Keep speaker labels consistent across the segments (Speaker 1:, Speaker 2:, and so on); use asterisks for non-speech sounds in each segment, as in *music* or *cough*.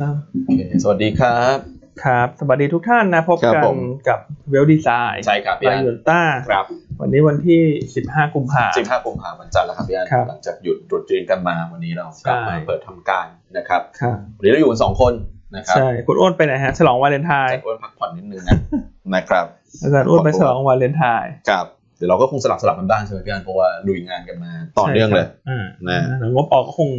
Speaker 1: ครับ
Speaker 2: โอเคสวัสดีครับ
Speaker 1: ครับ สวัสดีทุกท่านนะ พบ
Speaker 2: ครับ
Speaker 1: กัน
Speaker 2: ผม
Speaker 1: กับเวลดีไซน์
Speaker 2: ใช่ครับพี่
Speaker 1: ไบ
Speaker 2: อัน
Speaker 1: โอต้า
Speaker 2: ครับ
Speaker 1: วันนี้วันที่ 15 กุมภา
Speaker 2: 15กุมภาพันธ์วันจันทร์แล้วครับพี่อัน
Speaker 1: ครับ
Speaker 2: หลังจากหยุดตรุษจีนกันมาวันนี้เรากลับมา
Speaker 1: ใช่
Speaker 2: เปิดทำการนะครับ
Speaker 1: ครับ
Speaker 2: วันนี้เราอยู่กันสองคนนะครับ
Speaker 1: ใช่คุณอ้วนไปไหนฮะฉลองวาเลนไทน์
Speaker 2: จะอ้วนพักผ่อนนิดนึงนะ นะครับ
Speaker 1: อาจารย์อ้วนไปฉลองวาเลนไทน์
Speaker 2: ครับเดี๋ยวเราก็คงสลับสลับกันบ้างใช่ไหมพี่อันเพราะว่าลุยงานกันมาต่อเนื่องเลย
Speaker 1: อ่า
Speaker 2: นะ
Speaker 1: แล้วงบออกก็คง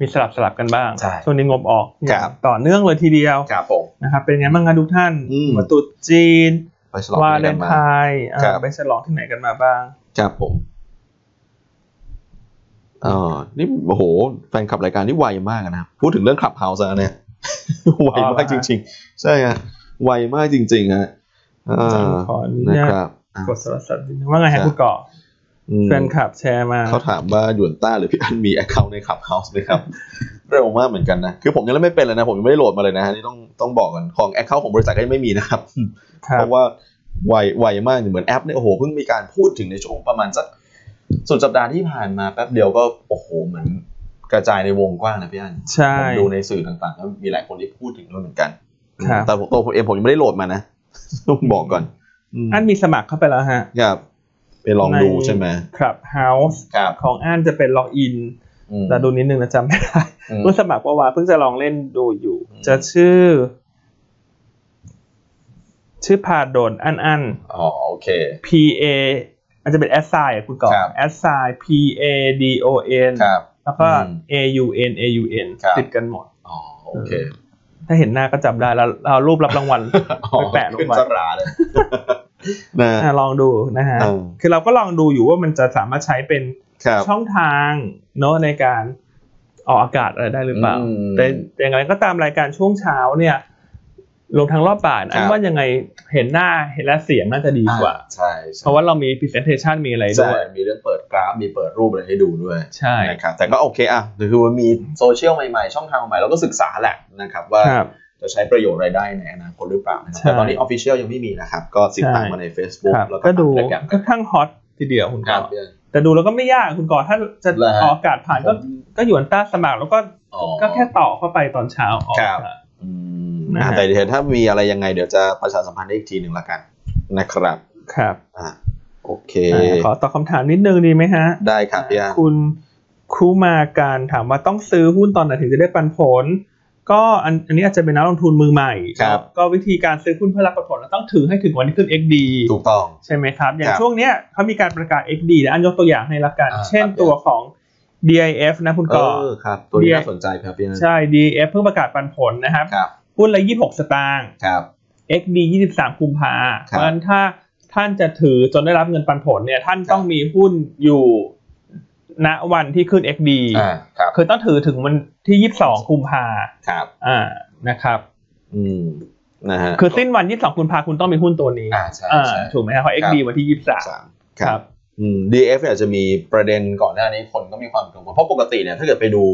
Speaker 1: มีสลับสลับกันบ้าง
Speaker 2: ใช่
Speaker 1: ช่วงนี้งบออกอย่าง
Speaker 2: ครับ
Speaker 1: ต่อเนื่องเลยทีเดียว
Speaker 2: ครับผม
Speaker 1: นะครับเป็นไงบ้างครับทุกท่าน
Speaker 2: อืม
Speaker 1: วันตรุษจีน
Speaker 2: ไปฉลอง
Speaker 1: วา
Speaker 2: อะไร
Speaker 1: เล
Speaker 2: กัน นมา
Speaker 1: ไทน์อ่า
Speaker 2: ครับ
Speaker 1: ไปฉลองที่ไหนกันมาบ้าง
Speaker 2: ครับผมเออนี่โอ้โห แฟนคลับรายการนี่ไวมากนะครับพูดถึงเรื่องขับเฮาส์เนี่ย *laughs* ไว
Speaker 1: อ๋อเหร
Speaker 2: มา
Speaker 1: อก ฮะ
Speaker 2: จริง ๆ ใช่ฮะไวมากจริงๆฮะอ่า
Speaker 1: ขออนุ
Speaker 2: นะ
Speaker 1: ญา
Speaker 2: ค
Speaker 1: ต
Speaker 2: รับอ่ะ
Speaker 1: กดสารสัตว์นิดนึงว่าไง
Speaker 2: ครั
Speaker 1: ฮะ
Speaker 2: บ
Speaker 1: คุณก่อ
Speaker 2: อืม
Speaker 1: แฟนคลับแชร์มา
Speaker 2: เขาถามว่าหยวนต้าหรือพี่อันมีแอคเคาท์ในขับเฮาส์ไหมครับ *laughs* เร็วมากเหมือนกันนะ คือผมยังเล่นไม่เป็นเลยนะ ผมยังไม่ได้โหลดมาเลยนะฮะนี่ต้องต้องบอกกันของแอคเคาท์ของบริษัทก็ยังไม่มีนะครับ
Speaker 1: ครั
Speaker 2: เพ
Speaker 1: บ
Speaker 2: ราะว่าไวไวมากเหมือนแอปเนี่ยโอ้โหเพิ่งมีการพูดถึงในช่วงประมาณสักสุดสัปดาห์ที่ผ่านมาแป๊บเดียวก็โอ้โหเหมือนกระจายในวงกว้างนะพี่อัน
Speaker 1: ใช่
Speaker 2: ผมดูในสื่อต่างๆก็มีหลายคนที่พูดถึงด้วยเหมือนกัน
Speaker 1: ครับ
Speaker 2: แต่ผมตัวผมเองผมยังไม่ได้โหลดมานะ *laughs* ต้องบอกก่อนม
Speaker 1: อันมีสมัครเข้าไปแล้วฮะ
Speaker 2: ครับไปลองดูใช่ไหม
Speaker 1: ครับ House
Speaker 2: ครับ
Speaker 1: ของอันจะเป็นล็อกอิน
Speaker 2: อืม
Speaker 1: แต่ดูนิดนึงนะจำไม่ได้
Speaker 2: อืม
Speaker 1: เพิ่งสมัครเมื่อวานเพิ่งจะลองเล่นดูอยู่
Speaker 2: อืม
Speaker 1: จะชื่อ ชื่อพาโดนอันอัน
Speaker 2: อ๋อโอเค
Speaker 1: P A มันจะเป็นแอสไซน์คุณก่อน
Speaker 2: ครับ
Speaker 1: แอสไซน์ P A D O N
Speaker 2: ครับ
Speaker 1: แล้วก็
Speaker 2: อืม
Speaker 1: A U N A U N
Speaker 2: ครับ
Speaker 1: ติดกันหมด
Speaker 2: อ๋อโอเค
Speaker 1: ถ้าเห็นหน้าก็จำได้แล้วเอารูปรับ
Speaker 2: *laughs*
Speaker 1: รางวัล
Speaker 2: อ๋อ
Speaker 1: แปะลงไป
Speaker 2: ขึ้นสรา
Speaker 1: *laughs*
Speaker 2: เลยนะ
Speaker 1: อ่ะลองดูนะฮะ
Speaker 2: อ่า
Speaker 1: คือเราก็ลองดูอยู่ว่ามันจะสามารถใช้เป็น
Speaker 2: ครับ
Speaker 1: ช่องทางเนาะในการออกอากาศอะไรได้หรือเปล่า
Speaker 2: อืม
Speaker 1: แต่แต่อย่างไรก็ตามรายการช่วงเช้าเนี่ยลงทางรอบบ่ายนะ
Speaker 2: ครั
Speaker 1: อั
Speaker 2: บ
Speaker 1: นว่ายังไงเห็นหน้าเห็นและเสียงน่าจะดีกว่า
Speaker 2: อ่ใช่ใช่
Speaker 1: เพราะว่าเรามี presentation มีอะไรด้
Speaker 2: ใช่
Speaker 1: วย
Speaker 2: มีเรื่องเปิดกราฟ มีเปิดรูปอะไรให้ดูด้วย
Speaker 1: ใช่
Speaker 2: นะครับ แต่ก็โอเคอ่ะคือว่ามีโซเชียลใหม่ๆ ช่องทางใหม่ๆเราก็ศึกษาแหละนะครับ ว่า
Speaker 1: ครับ
Speaker 2: จะใช้ประโยชน์อะไรได้ในอนาคตหรือเปล่านะครับ
Speaker 1: ใช่
Speaker 2: แต่ตอนนี้ออฟฟิเชียลยังไม่มีนะครับ ก็ติดตาม
Speaker 1: ใช่
Speaker 2: มาใน Facebook
Speaker 1: ครับ
Speaker 2: แล้วก็
Speaker 1: ก็ดู
Speaker 2: ตาม Instagram
Speaker 1: ค่อนข้างฮอตทีเดียวคุณ
Speaker 2: ค
Speaker 1: ก
Speaker 2: รั
Speaker 1: อบ แต่ดูแล้วก็ไม่ยากคุณกอถ้าจะ
Speaker 2: เหรอฮะ
Speaker 1: ออกอากาศผ่านก็ก็หยวนต้าสมัครแล้วก็
Speaker 2: อ๋อ
Speaker 1: ก็แค่ต่อเข้าไปตอนเช้าออก
Speaker 2: ครับ
Speaker 1: อากาศ
Speaker 2: อืม
Speaker 1: นะฮะ
Speaker 2: แต่เดี๋ยวถ้ามีอะไรยังไงเดี๋ยวจะประชาสัมพันธ์ได้อีกทีหนึ่งละกันนะครับ
Speaker 1: ครับ
Speaker 2: อ่ะโอเค
Speaker 1: ะขอตอบคำถามนิดนึงดีไหมฮะ
Speaker 2: ได้ครับพี่อัน
Speaker 1: คุณคูมาการถามว่าต้องซื้อหุ้นตอนไหนถึงจะได้ปันผล ก็อันอันนี้อาจจะเป็นนักลงทุนมือใหม่
Speaker 2: ครับ
Speaker 1: ก็วิธีการซื้อหุ้นเพื่อรับปันผลเราต้องถือให้ถึงวันที่ขึ้น XD
Speaker 2: ถูกต้อง
Speaker 1: ใช่ไหมครับ อย่า
Speaker 2: ค
Speaker 1: ง
Speaker 2: รับ
Speaker 1: ช่วงเนี้ยเขามีการประกาศ XD นะอันยกตัวอย่างให้ละกัน
Speaker 2: อ่า
Speaker 1: เช่น
Speaker 2: ครับ
Speaker 1: ตัวของ DIF นะคุณ
Speaker 2: เอ
Speaker 1: ก่อ
Speaker 2: อครับ ตัวนี้
Speaker 1: เดี๋ยว
Speaker 2: น่าสนใจครับพี่อัน
Speaker 1: ใช่ DIF เพิ่งประกาศปันผลนะครับ
Speaker 2: ครับ
Speaker 1: หุ้นละ 26 สตางค์
Speaker 2: ครับ
Speaker 1: XD 23กุมภาเพ
Speaker 2: ครับ
Speaker 1: ราะฉะนั้นถ้าท่านจะถือจนได้รับเงินปันผลเนี่ยท่าน
Speaker 2: ครับ
Speaker 1: ต้องมีหุ้นอยู่ณวันที่ขึ้น XD
Speaker 2: อ่าครับ
Speaker 1: คือต้องถือถึงวันที่ 22 กุมภา
Speaker 2: ครับ
Speaker 1: อ่า นะครับ
Speaker 2: อืมนะฮะ
Speaker 1: คือสิ้นวัน 22 กุมภาคุณต้องมีหุ้นตัวนี้
Speaker 2: อ่าใช่
Speaker 1: อ่า
Speaker 2: ใช่
Speaker 1: ถูกไหมครับเพราะ
Speaker 2: ครั
Speaker 1: XD
Speaker 2: บ
Speaker 1: วันที่
Speaker 2: สาม
Speaker 1: 23 ครับ
Speaker 2: อืม DF เนี่ยจะมีประเด็นก่อนหน้านี้คนก็มีความกังวลเพราะปกติเนี่ยถ้าเกิดไปดู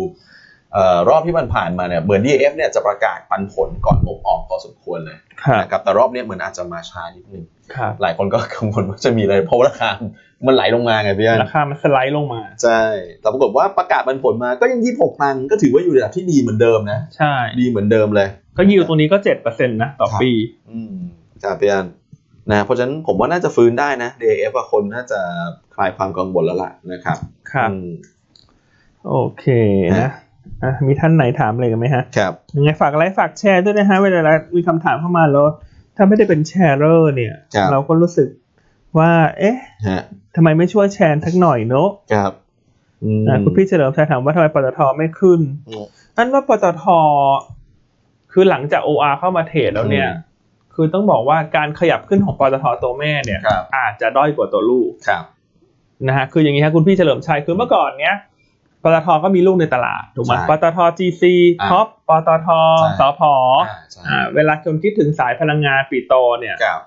Speaker 2: เอ่อรอบที่มันผ่านมาเนี่ยเหมือน DF เนี่ยจะประกาศปันผลก่อนงบออกพอสมควรเลย
Speaker 1: ครับ
Speaker 2: นะครับแต่รอบเนี้ยเหมือนอาจจะมาช้านิดนึง
Speaker 1: ครับ
Speaker 2: หลายคนก็กังวลว่าจะมีอะไรเพราะราคา *laughs* มันไหลลงมาไงพี่อัน
Speaker 1: ราคามันสไลด์ลงมา
Speaker 2: ใช่แต่ปรากฏว่าประกาศปันผลมาก็ยังยี่หกตังค์ก็ถือว่าอยู่ในระดับที่ดีเหมือนเดิมนะ
Speaker 1: ใช่
Speaker 2: ดีเหมือนเดิมเลย
Speaker 1: ก็ยิวตรงนี้ก็ 7%นะ ต่อ
Speaker 2: ครับ
Speaker 1: ปี
Speaker 2: อืมครับพี่อันนะเพราะฉะนั้นผมว่าน่าจะฟื้นได้นะ DF อะคนน่าจะคลายความกังวลแล้วล่ะนะครับ
Speaker 1: ครับ
Speaker 2: อืม
Speaker 1: โอเคนะอ่ะมีท่านไหนถามอะไรกันไหมฮะ
Speaker 2: ครับ
Speaker 1: ยังไงฝากไลค์ฝากแชร์ด้วยนะฮะเวลาเรามีคำถามเข้ามาแล้ว ถ้าไม่ได้เป็นแชร์เรอร์เนี่ย
Speaker 2: ครับ
Speaker 1: เราก็รู้สึกว่า เอ๊ะ
Speaker 2: ฮะ
Speaker 1: ทำไมไม่ช่วยแชร์สักหน่อยเนอะ
Speaker 2: ครับอืม
Speaker 1: อ่ะคุณพี่เฉลิมชัยถามว่าทำไมปตทไม่ขึ้น
Speaker 2: อืม
Speaker 1: นั่นว่าปตทคือหลังจาก OR เข้ามาเทรดแล้วเนี่ย
Speaker 2: อืม
Speaker 1: คือต้องบอกว่าการขยับขึ้นของปตทตัวแม่เนี่ย
Speaker 2: ครับ
Speaker 1: อาจจะด้อยกว่าตัวลูก
Speaker 2: ครับ
Speaker 1: นะฮะคืออย่างนี้ฮะคุณพี่เฉลิมชัยคือเมื่อก่อนเนี้ยปตทก็มีลูกในตลาดถูกไหม
Speaker 2: ใช่
Speaker 1: ปตท GC
Speaker 2: อ่า
Speaker 1: ท็อปปตท
Speaker 2: ใช่
Speaker 1: สพ
Speaker 2: อ่าใช่
Speaker 1: อ่าเวลาคนคิดถึงสายพลังงานปีโตเนี่ย
Speaker 2: ครับ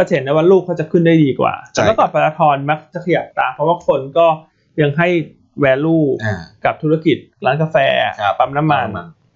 Speaker 1: ก็จะเห็นได้ว่าลูกเขาจะขึ้นได้ดีกว่า
Speaker 2: ใช่
Speaker 1: แต่เมื่อก่อนปตทมักจะขยับตามเพราะว่าคนก็ยังให้ value
Speaker 2: อ่า
Speaker 1: กับธุรกิจร้านกาแฟ
Speaker 2: ครับ
Speaker 1: ปั๊มน้ำมัน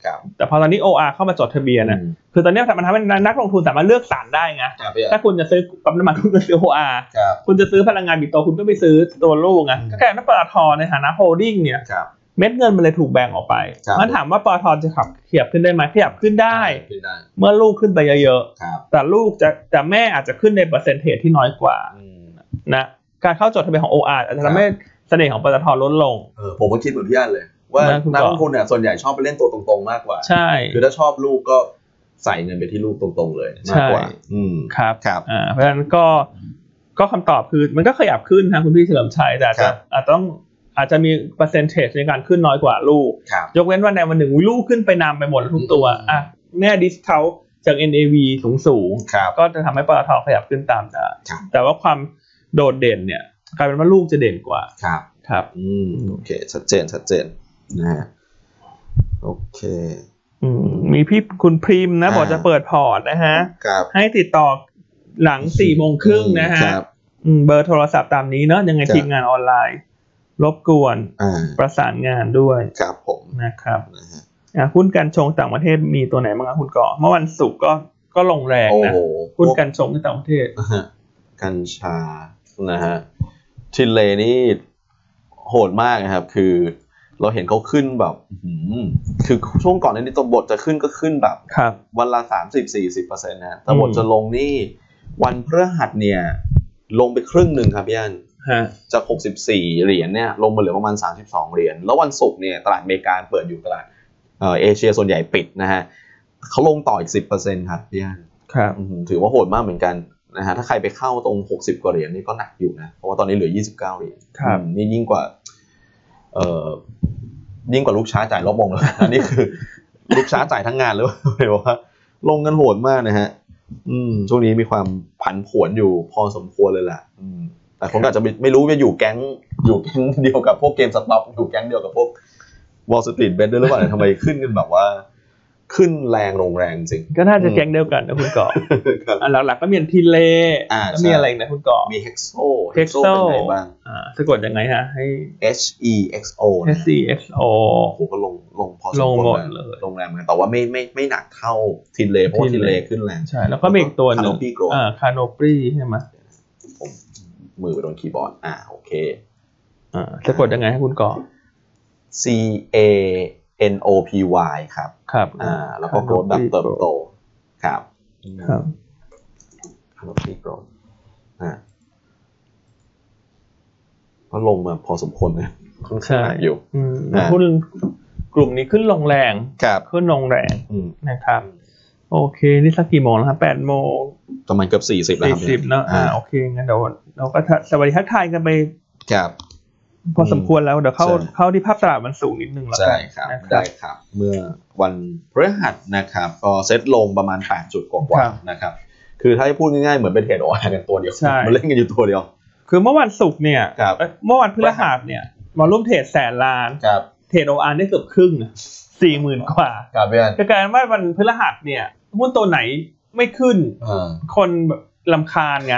Speaker 2: ครับ
Speaker 1: แต่พอตอนนี้ OR เข้ามาจดทะเบียนนะ
Speaker 2: อืม
Speaker 1: คือตอนนี้มันทำให้นักลงทุนสามารถเลือกสารได้ไง
Speaker 2: ครับพี่
Speaker 1: ถ้าคุณจะซื้อปั๊มน้ำมันคุณก็ซื้อ OR
Speaker 2: ครับ
Speaker 1: คุณจะซื้อพลังงานบิตโตคุณก็ไปซื้อตัวลูกไงก็กลายเป็นว่าปตทในฐานะโฮลดิ้งเนี่ย
Speaker 2: ครับ
Speaker 1: เม็ดเงินมันเลยถูกแบ่งออกไป
Speaker 2: ครับ
Speaker 1: มันถามว่าปอทจะขับขยับขึ้นได้ไหมขยับขึ้นได้
Speaker 2: ขึ้นได้
Speaker 1: เมื่อลูกขึ้นไปเยอะ
Speaker 2: ครับ
Speaker 1: ๆ แต่ลูกจะแต่แม่อาจจะขึ้นในเปอร์เซนเทจที่น้อยกว่า
Speaker 2: อืม
Speaker 1: นะการเข้าจดทะเบียนของ OR อาจจะทำให้เสน่ห์ของปตทลดลง
Speaker 2: เออผมก็คิดเหมือนพี่อันเลย ว่า
Speaker 1: นะคุณ
Speaker 2: นัก
Speaker 1: ต่อ
Speaker 2: ลงทุนเนี่ยส่วนใหญ่ชอบไปเล่นตัวตรงๆมากกว่า
Speaker 1: ใช่
Speaker 2: คือถ้าชอบลูกก็ใส่เงินไปที่ลูกตรงๆเลยมากกว่า
Speaker 1: ใช่
Speaker 2: อืม
Speaker 1: ครับ
Speaker 2: ครับ
Speaker 1: อ่าเพราะฉะนั้นก็ก็คำตอบคือมันก็ขยับขึ้นนะคุณพี่เฉลิมชัยแต่อาจ
Speaker 2: ครั
Speaker 1: จะ
Speaker 2: บ
Speaker 1: อาจต้องอาจจะมีเปอร์เซนเทจในการขึ้นน้อยกว่าลูก
Speaker 2: ครับ
Speaker 1: ยกเว้นวันใดวันหนึ่งอุ๊ยลูกขึ้นไปนำไปหมดทุกตัว
Speaker 2: อืม
Speaker 1: อ่ะแน่ดิสเทาจาก NAV สูงสูง
Speaker 2: ครับ
Speaker 1: ๆก็จะทำให้ปตทขยับขึ้นตามได้
Speaker 2: ครับ
Speaker 1: แต่ว่าความโดดเด่นเนี่ยกลายเป็นว่าลูกจะเด่นกว่า
Speaker 2: ครับ
Speaker 1: ครับ
Speaker 2: อืมโอเค ชัดเจนชัดเจนนะฮะโอเค
Speaker 1: อืมมีพี่คุณพริมนะ
Speaker 2: อ่า
Speaker 1: บอกจะเปิดพอร์ตนะฮะ
Speaker 2: ครับ
Speaker 1: ให้ติดต่อหลังสี่โมงครึ่งนะฮะ
Speaker 2: ครับ
Speaker 1: อืมเบอร์โทรศัพท์ตามนี้เนาะยังไง
Speaker 2: ครับ
Speaker 1: ทีมงานออนไลน์ รบกวน
Speaker 2: อ่า
Speaker 1: ประสานงานด้วย
Speaker 2: ครับผม
Speaker 1: นะครับ
Speaker 2: นะฮะ
Speaker 1: อ่ะหุ้นการชงต่างประเทศมีตัวไหนบ้างครับคุณก่อเมื่อวันศุกร์ก็ก็ลงแรง
Speaker 2: โอ้
Speaker 1: นะ
Speaker 2: โห
Speaker 1: หุ้นการชงในต่างประเทศ
Speaker 2: อ่าฮะกัญชานะฮะชิเลนี่โหดมากนะครับ คือ เราเห็นเขาขึ้นแบบอื้อหือคือช่วงก่อนนี้ตัวบทจะขึ้นก็ขึ้นแบบ
Speaker 1: ครับ
Speaker 2: วันละสามสิบสี่สิบเปอร์เซ็นต์นะฮะแต่บท
Speaker 1: อืม
Speaker 2: จะลงนี่ วันพฤหัสเนี่ย ลงไปครึ่งหนึ่งครับพี่อัน
Speaker 1: ฮะ
Speaker 2: จาก 64 เหรียญเนี่ย ลงมาเหลือประมาณ 32 เหรียญ แล้ววันศุกร์เนี่ย ตลาดอเมริกาเปิดอยู่ตลาดเอ่อเอเชียส่วนใหญ่ปิดนะฮะเขาลงต่ออีก 10%ครับพี่อัน
Speaker 1: ครับ
Speaker 2: อื้อหือถือว่าโหดมากเหมือนกันนะฮะ ถ้าใครไปเข้าตรง 60 กว่าเหรียญนี่ก็หนักอยู่นะ เพราะว่าตอนนี้เหลือ 29 เหรียญ
Speaker 1: ครับ
Speaker 2: อืมนี่ยิ่งกว่า เอ่อ ยิ่งกว่าลูกช้าจ่ายลบวงเลย *laughs* อันนี้คือลูกช้าจ่ายทั้งงานเลยเลยว่า *laughs* ลงเงินโหดมากนะฮะ อืม ช่วงนี้มีความผันผวนอยู่พอสมควรเลยล่ะ อืม แต่คนก็อาจจะไม่ไม่รู้จะอยู่แก๊ง อยู่แก๊งเดียวกับพวกเกมสต็อปอยู่แก๊งเดียวกับพวกวอลสตรีทเบดด้วยหรือเปล่า *laughs* เนี่ยทำไมขึ้นกันแบบว่า ขึ้นแรงลงแรงจริง *laughs*
Speaker 1: ก็น่าจะ
Speaker 2: อืม
Speaker 1: แก๊งเดียวกันนะคุณก่อ
Speaker 2: ครับ
Speaker 1: อันหลักๆก็มีอันทีเล
Speaker 2: อ่า
Speaker 1: แล้วมี
Speaker 2: ใช่
Speaker 1: อะไรอีกนะคุณก่อ
Speaker 2: มีเฮกโซ
Speaker 1: Hexo
Speaker 2: เป็นไงบ้าง
Speaker 1: อ่าสะกดยังไงฮะให้
Speaker 2: H E X O
Speaker 1: S C X O
Speaker 2: โอ้โหก็ลงลงพอส
Speaker 1: ล
Speaker 2: ม
Speaker 1: ง
Speaker 2: ควร
Speaker 1: หมด
Speaker 2: นะ
Speaker 1: เลย
Speaker 2: ลงแรงเหมือนกันแต่ว่าไม่ไม่ไม่หนักเท่าทินเลเพราะว่าทินเล
Speaker 1: Tinley
Speaker 2: ขึ้นแรง
Speaker 1: ใช่ แล้วก็มีอีกตัวหนึ่ง
Speaker 2: Canopy Growth
Speaker 1: อ่าคาโนปรีใช่ไหม
Speaker 2: ผมมือไปโดนคีย์บอร์ด อ่าโอเค
Speaker 1: อ่าสะกดยังไงให้คุณก่อ
Speaker 2: C A N O P Y ครับ
Speaker 1: ครับ
Speaker 2: อ่า แล้วก็โกรธแบบเติบโต ครับ
Speaker 1: ครับ
Speaker 2: คาร์บอนที่โกรธอ่าก็ลงมาพอสมควรนะค่อนข้างหนักอยู่
Speaker 1: อืม
Speaker 2: อ่า
Speaker 1: หุ้นกลุ่มนี้ขึ้นลงแรง
Speaker 2: ครับ
Speaker 1: ขึ้นลงแรง
Speaker 2: อืม
Speaker 1: นะครับ โอเค นี่สักกี่โมงแล้วครับแปดโมง
Speaker 2: ประมาณเกือบสี่สิบแล้วค
Speaker 1: สี่
Speaker 2: รับ
Speaker 1: สิบเนอะอ่า
Speaker 2: อ่า
Speaker 1: โอเค งั้นเดี๋ยวเราก็ทักสวัสดีทักทายกันไป
Speaker 2: ครับ
Speaker 1: พอสมควรแล้ว เดี๋ยวเข้า
Speaker 2: ใช่
Speaker 1: เข้าที่ภาพตลาดมันสูงนิดนึงแล้ว
Speaker 2: ใช่ค
Speaker 1: กัน
Speaker 2: รับ
Speaker 1: นะครั
Speaker 2: ได้
Speaker 1: บ
Speaker 2: ครับ เมื่อวันพฤหัสนะครับ ก็เซ็ตลงประมาณ 8 จุดกว่า
Speaker 1: ครับ
Speaker 2: ๆนะครับ คือถ้าให้พูดง่ายๆ เหมือนเป็นเทรดออกกันตัวเดียว
Speaker 1: ใช่
Speaker 2: มันเล่นกันอยู่ตัวเดียว
Speaker 1: คือเมื่อวันศุกร์เนี่ย
Speaker 2: ครับ
Speaker 1: เอ้ยเมื่อวันพฤหัสเนี่ยมาร่วมเทรดแสนล้าน
Speaker 2: ครับ
Speaker 1: เทรดโออาร์ได้เกือบครึ่งสี่หมื่นกว่า
Speaker 2: ครับพี่อัน
Speaker 1: ก็กลายเป็นว่าวันพฤหัสเนี่ยหุ้นตัวไหนไม่ขึ้น
Speaker 2: อ่า
Speaker 1: คนแบบลำคาญไง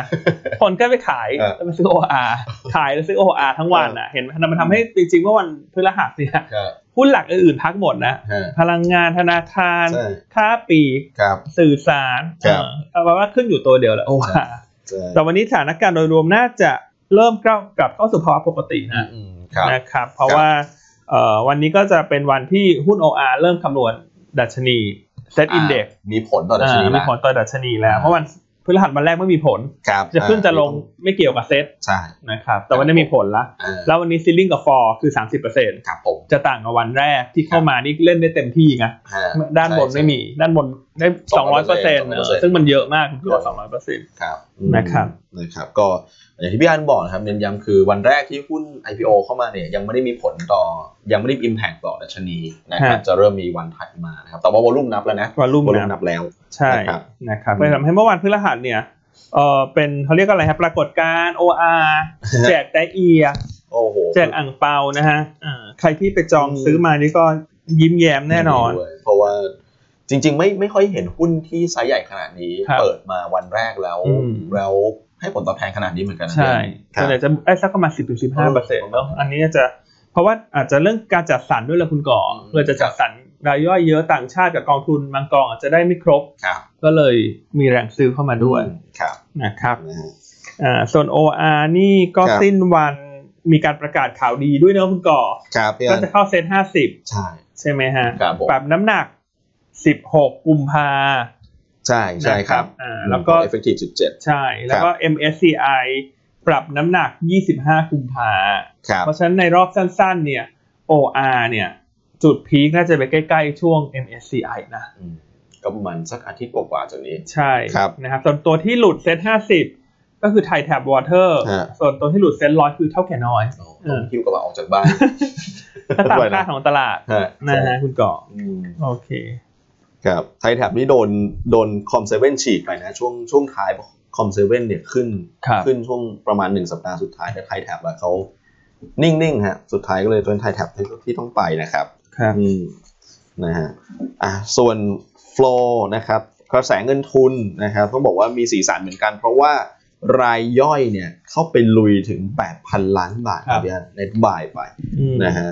Speaker 1: คนก็ไปขาย
Speaker 2: เออ
Speaker 1: แล้วไปซื้อ OR ขายแล้วซื้อ OR ทั้งวันอ่ะ เห็นไหมมันทำให้จริงๆเมื่อวันพฤหัสเนี่ย
Speaker 2: ครับ
Speaker 1: หุ้นหลักอื่นๆพักหมดนะ
Speaker 2: ฮะ
Speaker 1: พลังงานธนาคาร
Speaker 2: ใช่
Speaker 1: ค้าปลีก
Speaker 2: ครับ
Speaker 1: สื่อสาร
Speaker 2: ครับ
Speaker 1: เออเอาเป็นว่าขึ้นอยู่ตัวเดียวแหละ
Speaker 2: ใช่
Speaker 1: OR
Speaker 2: ใช่
Speaker 1: แต่วันนี้สถานการณ์โดยรวมน่าจะเริ่มกลับกลับเข้าสู่ภาวะปกตินะ
Speaker 2: อืมครับ
Speaker 1: นะครับเพราะว่าเอ่อวันนี้ก็จะเป็นวันที่หุ้น OR เริ่มคำนวณดัชนี Set Index
Speaker 2: มีผลต่อดัชนี
Speaker 1: อ่ามี
Speaker 2: ละ
Speaker 1: ผลต่อดัชนีแล้ว
Speaker 2: อ่า
Speaker 1: เพราะวันพฤหัสวันแรกไม่มีผล
Speaker 2: ครับ
Speaker 1: จะขึ้นจะลง
Speaker 2: อ่
Speaker 1: ไม่เกี่ยวกับเซ็ต
Speaker 2: าใช่
Speaker 1: นะครับแต่วันนี้มีผลละ
Speaker 2: อ่า
Speaker 1: แล้ววันนี้ซิลลิงกับฟอร์คือ 30%
Speaker 2: ครับผม
Speaker 1: จะต่างกับวันแรกที่เข้ามานี่เล่นได้เต็มที่ไง
Speaker 2: ฮะ
Speaker 1: ด้านบน
Speaker 2: ใช่
Speaker 1: ไม่มี ด้านบนได้
Speaker 2: สองร้อย
Speaker 1: 200%
Speaker 2: เปอ
Speaker 1: เปอ
Speaker 2: ร์
Speaker 1: ร์
Speaker 2: เซ็นต์
Speaker 1: เซ็นต์ซึ่งมันเเยอะมากคุณเกือบ
Speaker 2: ครั
Speaker 1: 200%
Speaker 2: ครับ
Speaker 1: นะครับ
Speaker 2: อืมนะครับ ก็อย่างที่พี่อันบอกนะครับเน้นย้ำคือวันแรกที่หุ้น IPO เข้ามาเนี่ยยังไม่ได้มีผลต่อยังไม่ได้ impact ต่อดัชนีนะครับ
Speaker 1: ฮะ
Speaker 2: จะเริ่มมีวันถัดมานะครับแต่ว่าวอลุ่มนับแล้วนะ
Speaker 1: วันรุ่ม
Speaker 2: วอลุ่ม
Speaker 1: นะ
Speaker 2: นับแล้ว
Speaker 1: ใช่
Speaker 2: นะครับ
Speaker 1: นะครับ
Speaker 2: อืม
Speaker 1: ไปทำให้เมื่อวานพฤหัสเนี่ยเออเป็นเขาเรียกอะไรครับปรากฏการณ์ OR
Speaker 2: *laughs* ฮะ
Speaker 1: แจกแต่เอีย
Speaker 2: โอ้โห
Speaker 1: แจกอ่างเปานะฮะอ่าใครที่ไปจองซื้อมานี่ก็ยิ้มแย้มแน่นอน
Speaker 2: ด้วยเพราะว่าจริง ๆ ไม่ไม่ค่อยเห็นหุ้นที่ไซส์ใหญ่ขนาดนี้
Speaker 1: ครับ
Speaker 2: เปิดมาวันแรกแล้ว
Speaker 1: อืม
Speaker 2: แล้วให้ผลตอบแทนขนาดนี้เหมือนกันนะ
Speaker 1: ใช่
Speaker 2: ครั
Speaker 1: ส่วนใหญ่
Speaker 2: บ
Speaker 1: จะไอ้สักประมาณสิบถึงสิบห้าเปอร์เซ็นต์เนาะอันนี้จะเพราะว่าอาจจะเรื่องการจัดสรรด้วยแหละคุณก่ออ
Speaker 2: ม
Speaker 1: เพื่อจะจัดสรรรายย่อยเยอะต่างชาติกับกองทุนบางกองอาจจะได้ไม่ครบ
Speaker 2: ครับ
Speaker 1: ก็เลยมีแรงซื้อเข้ามาด้วย
Speaker 2: ครับ
Speaker 1: นะครับ
Speaker 2: นะฮะ
Speaker 1: อ่าส่วน OR นี่ก็
Speaker 2: ครับ
Speaker 1: สิ้นวัน มีการประกาศข่าวดีด้วยเนอะคุณก่อ
Speaker 2: ครับพี่
Speaker 1: ก็
Speaker 2: อัน
Speaker 1: จะเข้าเซ็ตห้าสิบ
Speaker 2: ใช่
Speaker 1: ใช่ไหมฮะ
Speaker 2: ครับผม
Speaker 1: ปรับน้ำหนักสิบหกกุมภา
Speaker 2: ใช่ใช่ครับ
Speaker 1: อ่าแล้วก็
Speaker 2: เอฟเฟกตีฟสิบเจ็ด
Speaker 1: ใช่ แล้วก็ MSCI ปรับน้ำหนัก 25 กุมภา
Speaker 2: ครับ
Speaker 1: เพราะฉะนั้นในรอบสั้นๆ เนี่ย OR เนี่ย จุดพีคน่าจะไปใกล้ๆ ช่วง MSCI นะ
Speaker 2: อืมก็ประมาณสักอาทิตย์กว่าๆจากนี้
Speaker 1: ใช่
Speaker 2: ครับ
Speaker 1: นะครับ ส่วนตัวที่หลุดเซ็ต50 ก็คือไทยแท็บวอเตอร์
Speaker 2: ฮะ
Speaker 1: ส่วนตัวที่หลุดเซ็ตร้อยคือเท่าแก่น้อย เอ
Speaker 2: ต้อ
Speaker 1: อ
Speaker 2: งคิ้วกระเป๋าออกจากบ้าน
Speaker 1: ถ้าตาม
Speaker 2: ด้วย
Speaker 1: ค่า
Speaker 2: นะ
Speaker 1: ของตลาด
Speaker 2: ฮะ
Speaker 1: นะฮะคุณก่อ
Speaker 2: อืม
Speaker 1: โอเค
Speaker 2: ครับไทยแท็บนี่โดนโดนคอมเซเว่นฉีกไปนะ ช่วงช่วงท้ายคอมเซเว่นเนี่ยขึ้น
Speaker 1: ครับ
Speaker 2: ขึ้นช่วงประมาณหนึ่งสัปดาห์สุดท้ายแต่ไทยแท็บอะเขานิ่งๆฮะสุดท้ายก็เลยเป็นไทยแท็บที่ที่ต้องไปนะครับ
Speaker 1: ครับ
Speaker 2: อืมนะฮะอ่ะส่วน flow นะครับกระแสเงินทุนนะครับต้องบอกว่ามีสีสันเหมือนกัน เพราะว่ารายย่อยเนี่ยเข้าไปลุยถึง 8,000 ล้านบาท
Speaker 1: ครับ
Speaker 2: เดือนในบ่ายไป
Speaker 1: อืม
Speaker 2: นะฮะ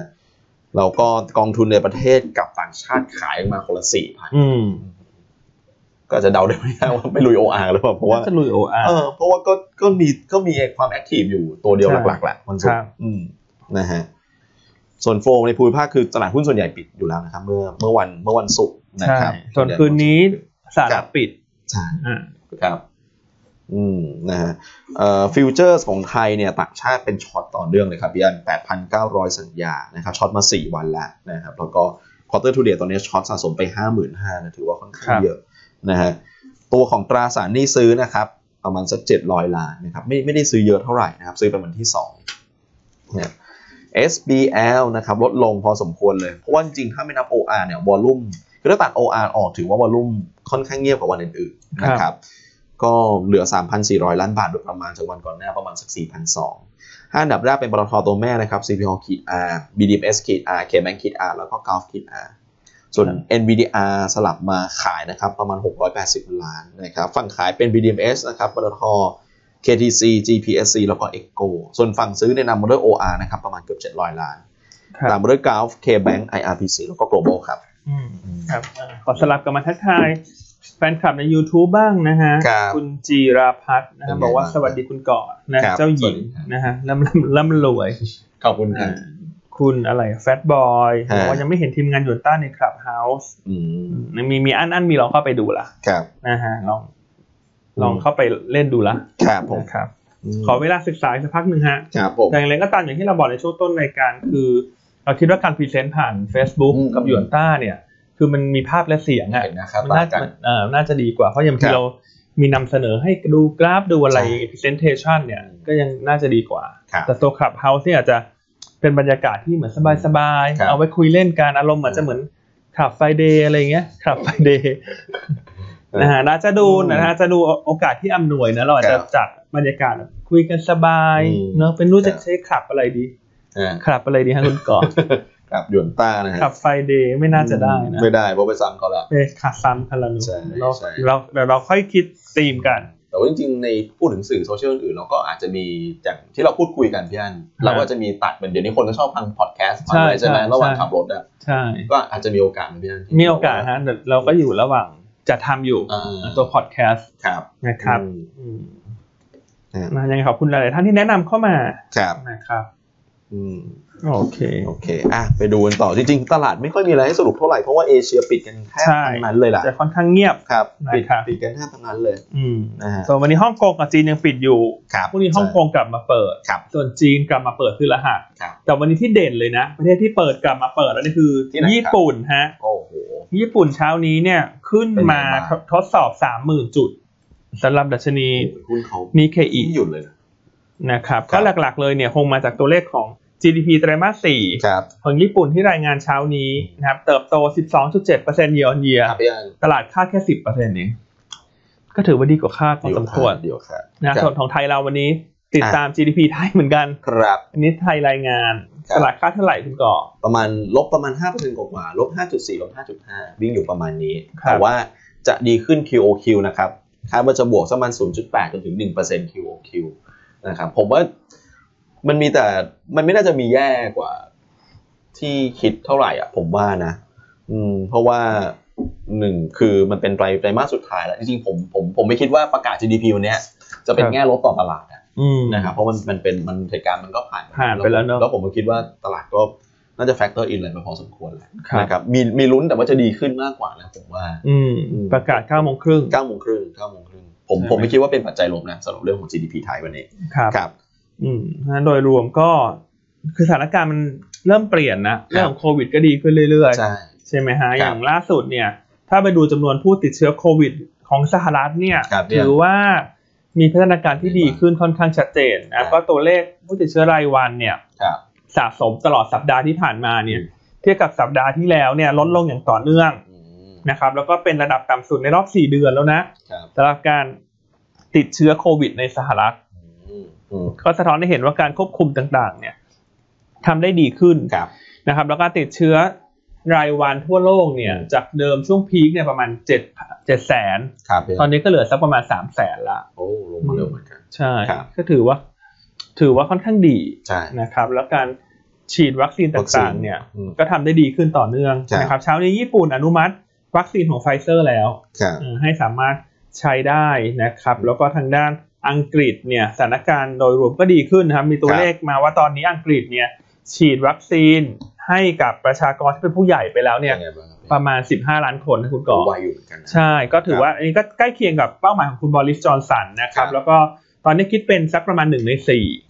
Speaker 2: แล้วก็กองทุนในประเทศกับต่างชาติขายออกมาคนละ 4,000
Speaker 1: อืม
Speaker 2: ก็จะเดาได้ไม่ได้ว่าไม่ลุย OR หรือเปล่าเพราะว่า
Speaker 1: น่จะลุย OR
Speaker 2: เออเพราะว่าก็ก็มีก็มีความแอคทีฟอยู่ตัวเดียว
Speaker 1: ใช่
Speaker 2: หลักๆแหละมันสุด
Speaker 1: ครับ
Speaker 2: อืมนะฮะส่วนโฟมในภูมิภาคคือตลาดหุ้นส่วนใหญ่ปิดอยู่แล้วนะครับ เมื่อเมื่อวันเมื่อวันศุกร์นะ
Speaker 1: ใช่
Speaker 2: ครับ
Speaker 1: ส่วนคืนนี้สหรัฐปิด
Speaker 2: ใช่
Speaker 1: อ่า
Speaker 2: ครับ อืมนะฮะเอ่อฟิวเจอร์สของไทยเนี่ยต่างชาติเป็นช็อตต่อเนื่องเลยครับพี่อัน8,900 สัญญานะครับช็อตมา 4 วันแล้วนะครับแล้วก็ควอเตอร์ทูเดย์ตอนนี้ช็อตสะสมไป 55,000นะถือว่าค่อนข้า
Speaker 1: ค
Speaker 2: ง
Speaker 1: รับ
Speaker 2: เยอะนะฮะตัวของตราสารหนี้ซื้อนะครับ ประมาณสัก 700 ล้านนะครับไม่ไม่ได้ซื้อเยอะเท่าไหร่นะครับ ซื้อไปวันที่2เนี่ย SBL นะครับลดลงพอสมควรเลย เพราะว่าจริงๆถ้าไม่นับ OR เนี่ยวอลลุ่มคือถ้าตัด OR ออกถือว่าวอลลุ่มค่อนข้างเงียบกว่าวันอื่นๆนะครับ ก็เหลือ 3,400 ล้านบาทโดยประมาณจากวันก่อนหน้าประมาณสัก 4,200ห้าอันดับแรกเป็นปตทตัวแม่นะครับ CPO ขีด R BDMs ขีด R KBank ขีด R แล้วก็ Gulf ขีด R ส่วน
Speaker 1: ครับ
Speaker 2: NVDR สลับมาขายนะครับประมาณ 680 ล้านนะครับฝั่งขายเป็น BDMs นะครับปตท KTC GPSC แล้วก็ Eco ส่วนฝั่งซื้อในยนำมาด้วย OR นะครับประมาณเกือบ 700 ล้าน
Speaker 1: ครับ
Speaker 2: ตามมาด้วย Gulf KBank IRPC แล้วก็ Global ครับ
Speaker 1: อืม ครับอ่าขอสลับกลับมาทักทาย แฟนคลับใน YouTube บ้างนะฮะ
Speaker 2: ครับ
Speaker 1: ณจีราพัฒน์นะ
Speaker 2: เป็
Speaker 1: ฮะ
Speaker 2: นไง
Speaker 1: บอกว่า
Speaker 2: บ้าง
Speaker 1: สวัสดีคุณเกาะนะ
Speaker 2: ครับ
Speaker 1: เจ้าหญิง
Speaker 2: สวัสดีครับ
Speaker 1: นะฮะร่ำร่ำร่ำรวย
Speaker 2: ขอบคุณครับ
Speaker 1: อ่าคุณอะไรแฟตบอย
Speaker 2: ฮะ
Speaker 1: บอกว่ายังไม่เห็นทีมงานหยวนต้าในคลับเฮาส์
Speaker 2: อืม
Speaker 1: มีมีอันอันมีลองเข้าไปดูละ
Speaker 2: ครับ
Speaker 1: นะฮะลอง
Speaker 2: อืม
Speaker 1: ลองเข้าไปเล่นดูละ
Speaker 2: ครับผม
Speaker 1: นะครับ ขอเวลาศึกษาอีกสักพักหนึ่งฮะ
Speaker 2: ครับผม
Speaker 1: แต่อย่างไรก็ตามอย่างที่เราบอกในช่วงต้นรายการ คือ เราคิดว่าการพรีเซนต์ผ่าน Facebook
Speaker 2: อืม
Speaker 1: กับหยวนต้าเนี่ย คือมันมีภาพและเสียงอะ
Speaker 2: เห็นนะครับ
Speaker 1: มัน
Speaker 2: ต่า
Speaker 1: น่าง จะ
Speaker 2: กัน
Speaker 1: เอ่อน่าจะดีกว่า เพราะอย่า
Speaker 2: ค
Speaker 1: ง
Speaker 2: รั
Speaker 1: ที่
Speaker 2: บ
Speaker 1: เรามีนำเสนอให้ดูกราฟดูอะไร
Speaker 2: ใช่
Speaker 1: presentation เนี่ย ก็ยังน่าจะดีกว่า
Speaker 2: ครับ
Speaker 1: แต่ตัว Clubhouse เนี่ยอาจจะเป็นบรรยากาศที่เหมือนสบาย
Speaker 2: ครับ
Speaker 1: ๆ เอาไว้คุยเล่นกันอารมณ์เหมือน
Speaker 2: อืม
Speaker 1: จะเหมือนขับไฟเดย์อะไรเงี้ยขับไฟเด
Speaker 2: *laughs*
Speaker 1: ย์นะฮะน่าจะดู
Speaker 2: อืม
Speaker 1: นะฮะจะดูโอกาสที่อำนวยนะเราอาจจะ
Speaker 2: ครับ
Speaker 1: จัดบรรยากาศแบบคุยกันสบาย
Speaker 2: อืม
Speaker 1: เนอะเป็นรู้
Speaker 2: ครั
Speaker 1: จะ
Speaker 2: บ
Speaker 1: ใช้ขับอะไรดี
Speaker 2: อ่า *laughs*
Speaker 1: ขับอะไรดีฮะคุณก่อน
Speaker 2: ครับหยวนต้านะฮะ
Speaker 1: ขับไฟเดย์ไม่น่าจะได้นะ
Speaker 2: ไม่ได้เพราะไปซ้ำเขาละ
Speaker 1: เปคาซันพลานุ
Speaker 2: ใช่
Speaker 1: เรา
Speaker 2: ใช่
Speaker 1: เราเดี๋ยวเราค่อยคิดธีมกัน
Speaker 2: แต่ว่าจริงๆในพูดถึงสื่อโซเชียลอื่นๆเราก็อาจจะมีอย่างที่เราพูดคุยกันพี่อันเราก็จะมีตัดเป็นเดี๋ยวนี้คนก็ชอบฟังพอดแคสต์ฟังอะไร
Speaker 1: ใช่
Speaker 2: ใช่ไหม
Speaker 1: ใช่
Speaker 2: ระหว่างขับรถอ่ะ
Speaker 1: ใช่
Speaker 2: ก็อาจจะมีโอกาสนะพี่อันที่
Speaker 1: มีโอกาสฮะเดี๋ยวเราก็อยู่ระหว่างจะทำอยู่
Speaker 2: อ่า
Speaker 1: ตัวพอดแคสต์
Speaker 2: ครับ
Speaker 1: นะครับ
Speaker 2: อืม
Speaker 1: อืม
Speaker 2: นะ
Speaker 1: มายังไงขอบคุณหลายๆท่านที่แนะนำเข้ามา
Speaker 2: ครับ
Speaker 1: นะครับ
Speaker 2: อืม
Speaker 1: โอเค
Speaker 2: โอเคอ่ะไปดูกันต่อจริงๆ ตลาดไม่ค่อยมีอะไรให้สรุปเท่าไหร่เพราะว่าเอเชียปิดกันแทบ
Speaker 1: ใช่
Speaker 2: ทั้งนั้นเลยล่ะ
Speaker 1: จะค่อนข้างเงียบ
Speaker 2: ครับปิด
Speaker 1: นะครับ
Speaker 2: ปิดกันแทบทั้งนั้นเลย
Speaker 1: อืม
Speaker 2: นะฮะ
Speaker 1: ส่วนวันนี้ฮ่องกงกับจีนยังปิดอยู่
Speaker 2: ครับ
Speaker 1: พรุ่งนี้ฮ่องกงกลับมาเปิด
Speaker 2: ครับ
Speaker 1: ส่วนจีนกลับมาเปิดคือรหัส
Speaker 2: ครับ
Speaker 1: แต่วันนี้ที่เด่นเลยนะ ประเทศที่เปิดกลับมาเปิดแล้วนี่คือ
Speaker 2: ที่ไหนครับ
Speaker 1: ญี่ปุ่นฮะ
Speaker 2: โอ้โห
Speaker 1: ญี่ปุ่นเช้านี้เนี่ยขึ้นมา
Speaker 2: เป็นไงบ้าง
Speaker 1: ทดสอบ 30,000 จุดสำหรับดัชนี
Speaker 2: หุ้นเขา
Speaker 1: นิเคอิ
Speaker 2: ไม่หยุดเลยนะ
Speaker 1: นะครับ
Speaker 2: ครั
Speaker 1: ก็
Speaker 2: บ
Speaker 1: หลักๆเลยเนี่ยคงมาจากตัวเลขของ GDP ไตรมาส
Speaker 2: ครับ
Speaker 1: 4 ของญี่ปุ่นที่รายงานเช้านี้นะครับ เติบโต 12.7% year on year
Speaker 2: ครับพี่อัน
Speaker 1: ตลาดคาดแค่ 10%เองก็ถือว่าดีกว่าคาดพอสมควร
Speaker 2: เดี๋ยวครับ
Speaker 1: นะ
Speaker 2: ค
Speaker 1: ส่
Speaker 2: รั
Speaker 1: ว
Speaker 2: บ
Speaker 1: นของไทยเราวันนี้ติด
Speaker 2: อ่ะ
Speaker 1: ตาม GDP ไทยเหมือนกัน
Speaker 2: ครับ
Speaker 1: อันนี้ไทยรายงาน
Speaker 2: ครับ
Speaker 1: ตลาดคาดเท่าไหร่คุณก่อ
Speaker 2: ประมาณลบประมาณ5%กว่าๆลบ 5.4ลบ5.5 วิ่งอยู่ประมาณนี้
Speaker 1: ครับ
Speaker 2: แต่ว่าจะดีขึ้น QOQ นะครับคาดว่าจะบวกสักประมาณ0.8จนถึง1% QOQ นะครับผมว่ามันมีแต่มันไม่น่าจะมีแย่กว่าที่คิดเท่าไหร่อ่ะ ผมว่านะ อืม เพราะว่าหนึ่งคือมันเป็นไตรไตรมาสสุดท้ายแล้ว จริงๆผมผมผมไม่คิดว่าประกาศ GDP วันเนี้ยจะเป็นแง่ลบต่อตลาดอะ
Speaker 1: อืม
Speaker 2: นะครับเพราะมันมันเป็นมันเหตุการณ์มันก็ผ่าน
Speaker 1: ผ่านไปแล้วเนอะ
Speaker 2: แล้วผมก็คิดว่าตลาดก็น่าจะแฟกเตอร์อินอะไรไปพอสมควรแหละ
Speaker 1: ครับ
Speaker 2: นะครับมีมีลุ้นแต่ว่าจะดีขึ้นมากกว่านะผมว่า
Speaker 1: อืม
Speaker 2: อืม
Speaker 1: ประกาศเก้าโมงครึ่ง
Speaker 2: เก้าโมงครึ่งเก้าโมงครึ่งผม
Speaker 1: ใช่ไหม
Speaker 2: ผมไม่คิดว่าเป็นปัจจัยลบนะสำหรับเรื่องของ GDP ไทยวันนี้
Speaker 1: ครับ
Speaker 2: ครับ
Speaker 1: อืมงั้นโดยรวมก็คือสถานการณ์มันเริ่มเปลี่ยนนะเรื่องของโควิดก็ดีขึ้นเรื่อยๆ
Speaker 2: ใช่
Speaker 1: ใช่ไหมฮะ
Speaker 2: ครับ
Speaker 1: อย่างล่าสุดเนี่ย ถ้าไปดูจำนวนผู้ติดเชื้อโควิดของสหรัฐเนี่ย
Speaker 2: ครับ
Speaker 1: ถือว่ามีพัฒนาการที่ดีขึ้นค่อนข้างชัดเจน
Speaker 2: ครั
Speaker 1: นะ
Speaker 2: บ
Speaker 1: ก็ตัวเลขผู้ติดเชื้อรายวันเนี่ย
Speaker 2: ครับ
Speaker 1: สะสมตลอดสัปดาห์ที่ผ่านมาเนี่ย
Speaker 2: อืม
Speaker 1: เทียบกับสัปดาห์ที่แล้วเนี่ยลดลงอย่างต่อเนื่อง
Speaker 2: อืม
Speaker 1: นะครับ แล้วก็เป็นระดับต่ำสุดในรอบ 4 เดือนแล้วนะครับ สำหรับการติดเชื้อโควิดในสหรัฐ
Speaker 2: อืมอืม
Speaker 1: ก็สะท้อนให้เห็นว่าการควบคุมต่างๆ เนี่ยทำได้ดีขึ้น
Speaker 2: ครับ
Speaker 1: นะครับแล้วก็ติดเชื้อรายวันทั่วโลกเนี่ยจากเดิมช่วงพีคเนี่ยประมาณ7 7แสน
Speaker 2: ครับเนี่ย
Speaker 1: ตอนนี้ก็เหลือสักประมาณ3แสนละ
Speaker 2: โอ้ลงมาเร็วเหมือนกัน
Speaker 1: ใช่
Speaker 2: ครับ
Speaker 1: ก็ถือว่า ถือว่าค่อนข้างดี
Speaker 2: ใช่
Speaker 1: นะครับ แล้วการฉีดวัคซีน
Speaker 2: วัคซี
Speaker 1: ต่างๆเนี่ย
Speaker 2: อืม
Speaker 1: ก็ทำได้ดีขึ้นต่อเนื่อง
Speaker 2: ใช่
Speaker 1: นะครับเช้านี้ญี่ปุ่นอนุมัติวัคซีนของไฟเซอร์แล้ว
Speaker 2: ครับ
Speaker 1: เออให้สามารถใช้ได้นะครับ แล้วก็ทางด้านอังกฤษเนี่ยสถานการณ์โดยรวมก็ดีขึ้นนะครับ มีตัว
Speaker 2: ครับ
Speaker 1: เลขมาว่าตอนนี้อังกฤษเนี่ยฉีดวัคซีนให้กับประชากรที่เป็นผู้ใหญ่ไปแล้วเนี่ย
Speaker 2: ป็ไงบ้างครับ
Speaker 1: ประมาณ 15 ล้านคนนะคุณก่อ
Speaker 2: ไวอยู่เหมือนกันนะ
Speaker 1: ใช่ ก็ถือว่าอันนี้ก็ใกล้เคียงกับเป้าหมายของคุณบอริสจอนสันนะค
Speaker 2: ค
Speaker 1: รั
Speaker 2: รับ บ
Speaker 1: แล้วก็ตอนนี้คิดเป็นสักประมาณ 1 ใน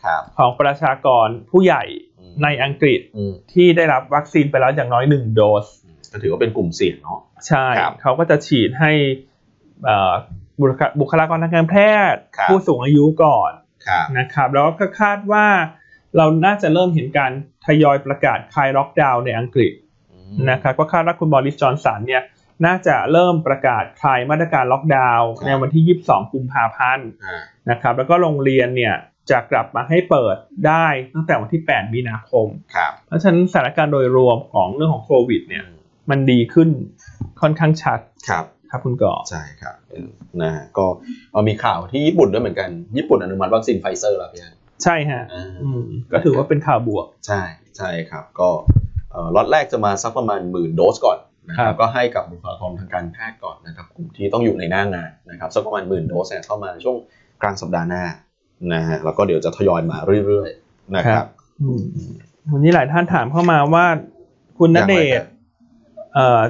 Speaker 2: ครับ
Speaker 1: 4 ของประชากรผู้ใหญ่
Speaker 2: อืม
Speaker 1: ในอังกฤษ
Speaker 2: อืม
Speaker 1: ที่ได้รับวัคซีนไปแล้วอย่างน้อย 1 โดส
Speaker 2: ก็ถือว่าเป็นกลุ่มเสี่ยงเนาะ
Speaker 1: ใช่
Speaker 2: ครับ
Speaker 1: เขาก็จะฉีดให้เอ่อบุคลาบุคลากรทางการแพทย์
Speaker 2: ครับ
Speaker 1: ผู้สูงอายุก่อน
Speaker 2: ครับ
Speaker 1: นะครับ แล้วก็คาดว่าเราน่าจะเริ่มเห็นการทยอยประกาศคลายล็อกดาวน์ในอังกฤษ นะครับก็คาดว่าคุณบอริสจอนสันเนี่ยน่าจะเริ่มประกาศคลายมาตรการล็อกดาวน์
Speaker 2: ครับ
Speaker 1: ในวันที่ 22 กุมภาพันธ์
Speaker 2: อ่า
Speaker 1: นะครับแล้วก็โรงเรียนเนี่ยจะกลับมาให้เปิดได้ตั้งแต่วันที่ 8 มีนาคม
Speaker 2: ครับ
Speaker 1: เพราะฉะนั้นสถานการณ์โดยรวมของเรื่องของโควิดเนี่ยมันดีขึ้นค่อนข้างชัด
Speaker 2: ครับ
Speaker 1: ครับคุณก่อ
Speaker 2: ใช่ครับเออนะฮะก็เอามีข่าวที่ญี่ปุ่นด้วยเหมือนกัน ญี่ปุ่นอนุมัติวัคซีนไฟเซอร์แล้วพี่อัน
Speaker 1: ใช่ฮะ
Speaker 2: อ่า
Speaker 1: อืมก็ถือว่าเป็นข่าวบวก
Speaker 2: ใช่ใช่ครับ ก็เอ่อล็อตแรกจะมาสักประมาณหมื่นโดสก่อนนะค
Speaker 1: ครั
Speaker 2: รับบ ก็ให้กับบุคลากรทางการแพทย์ก่อนนะครับกลุ่มที่ต้องอยู่ในหน้างานนะครับสักประมาณหมื่นโดสเนี่ยเข้ามาช่วงกลางสัปดาห์หน้านะฮะแล้วก็เดี๋ยวจะทยอยมาเรื่อยๆนะครับ
Speaker 1: อืมวันนี้หลายท่านถามเข้ามาว่าคุณณเดชน์เอ่อ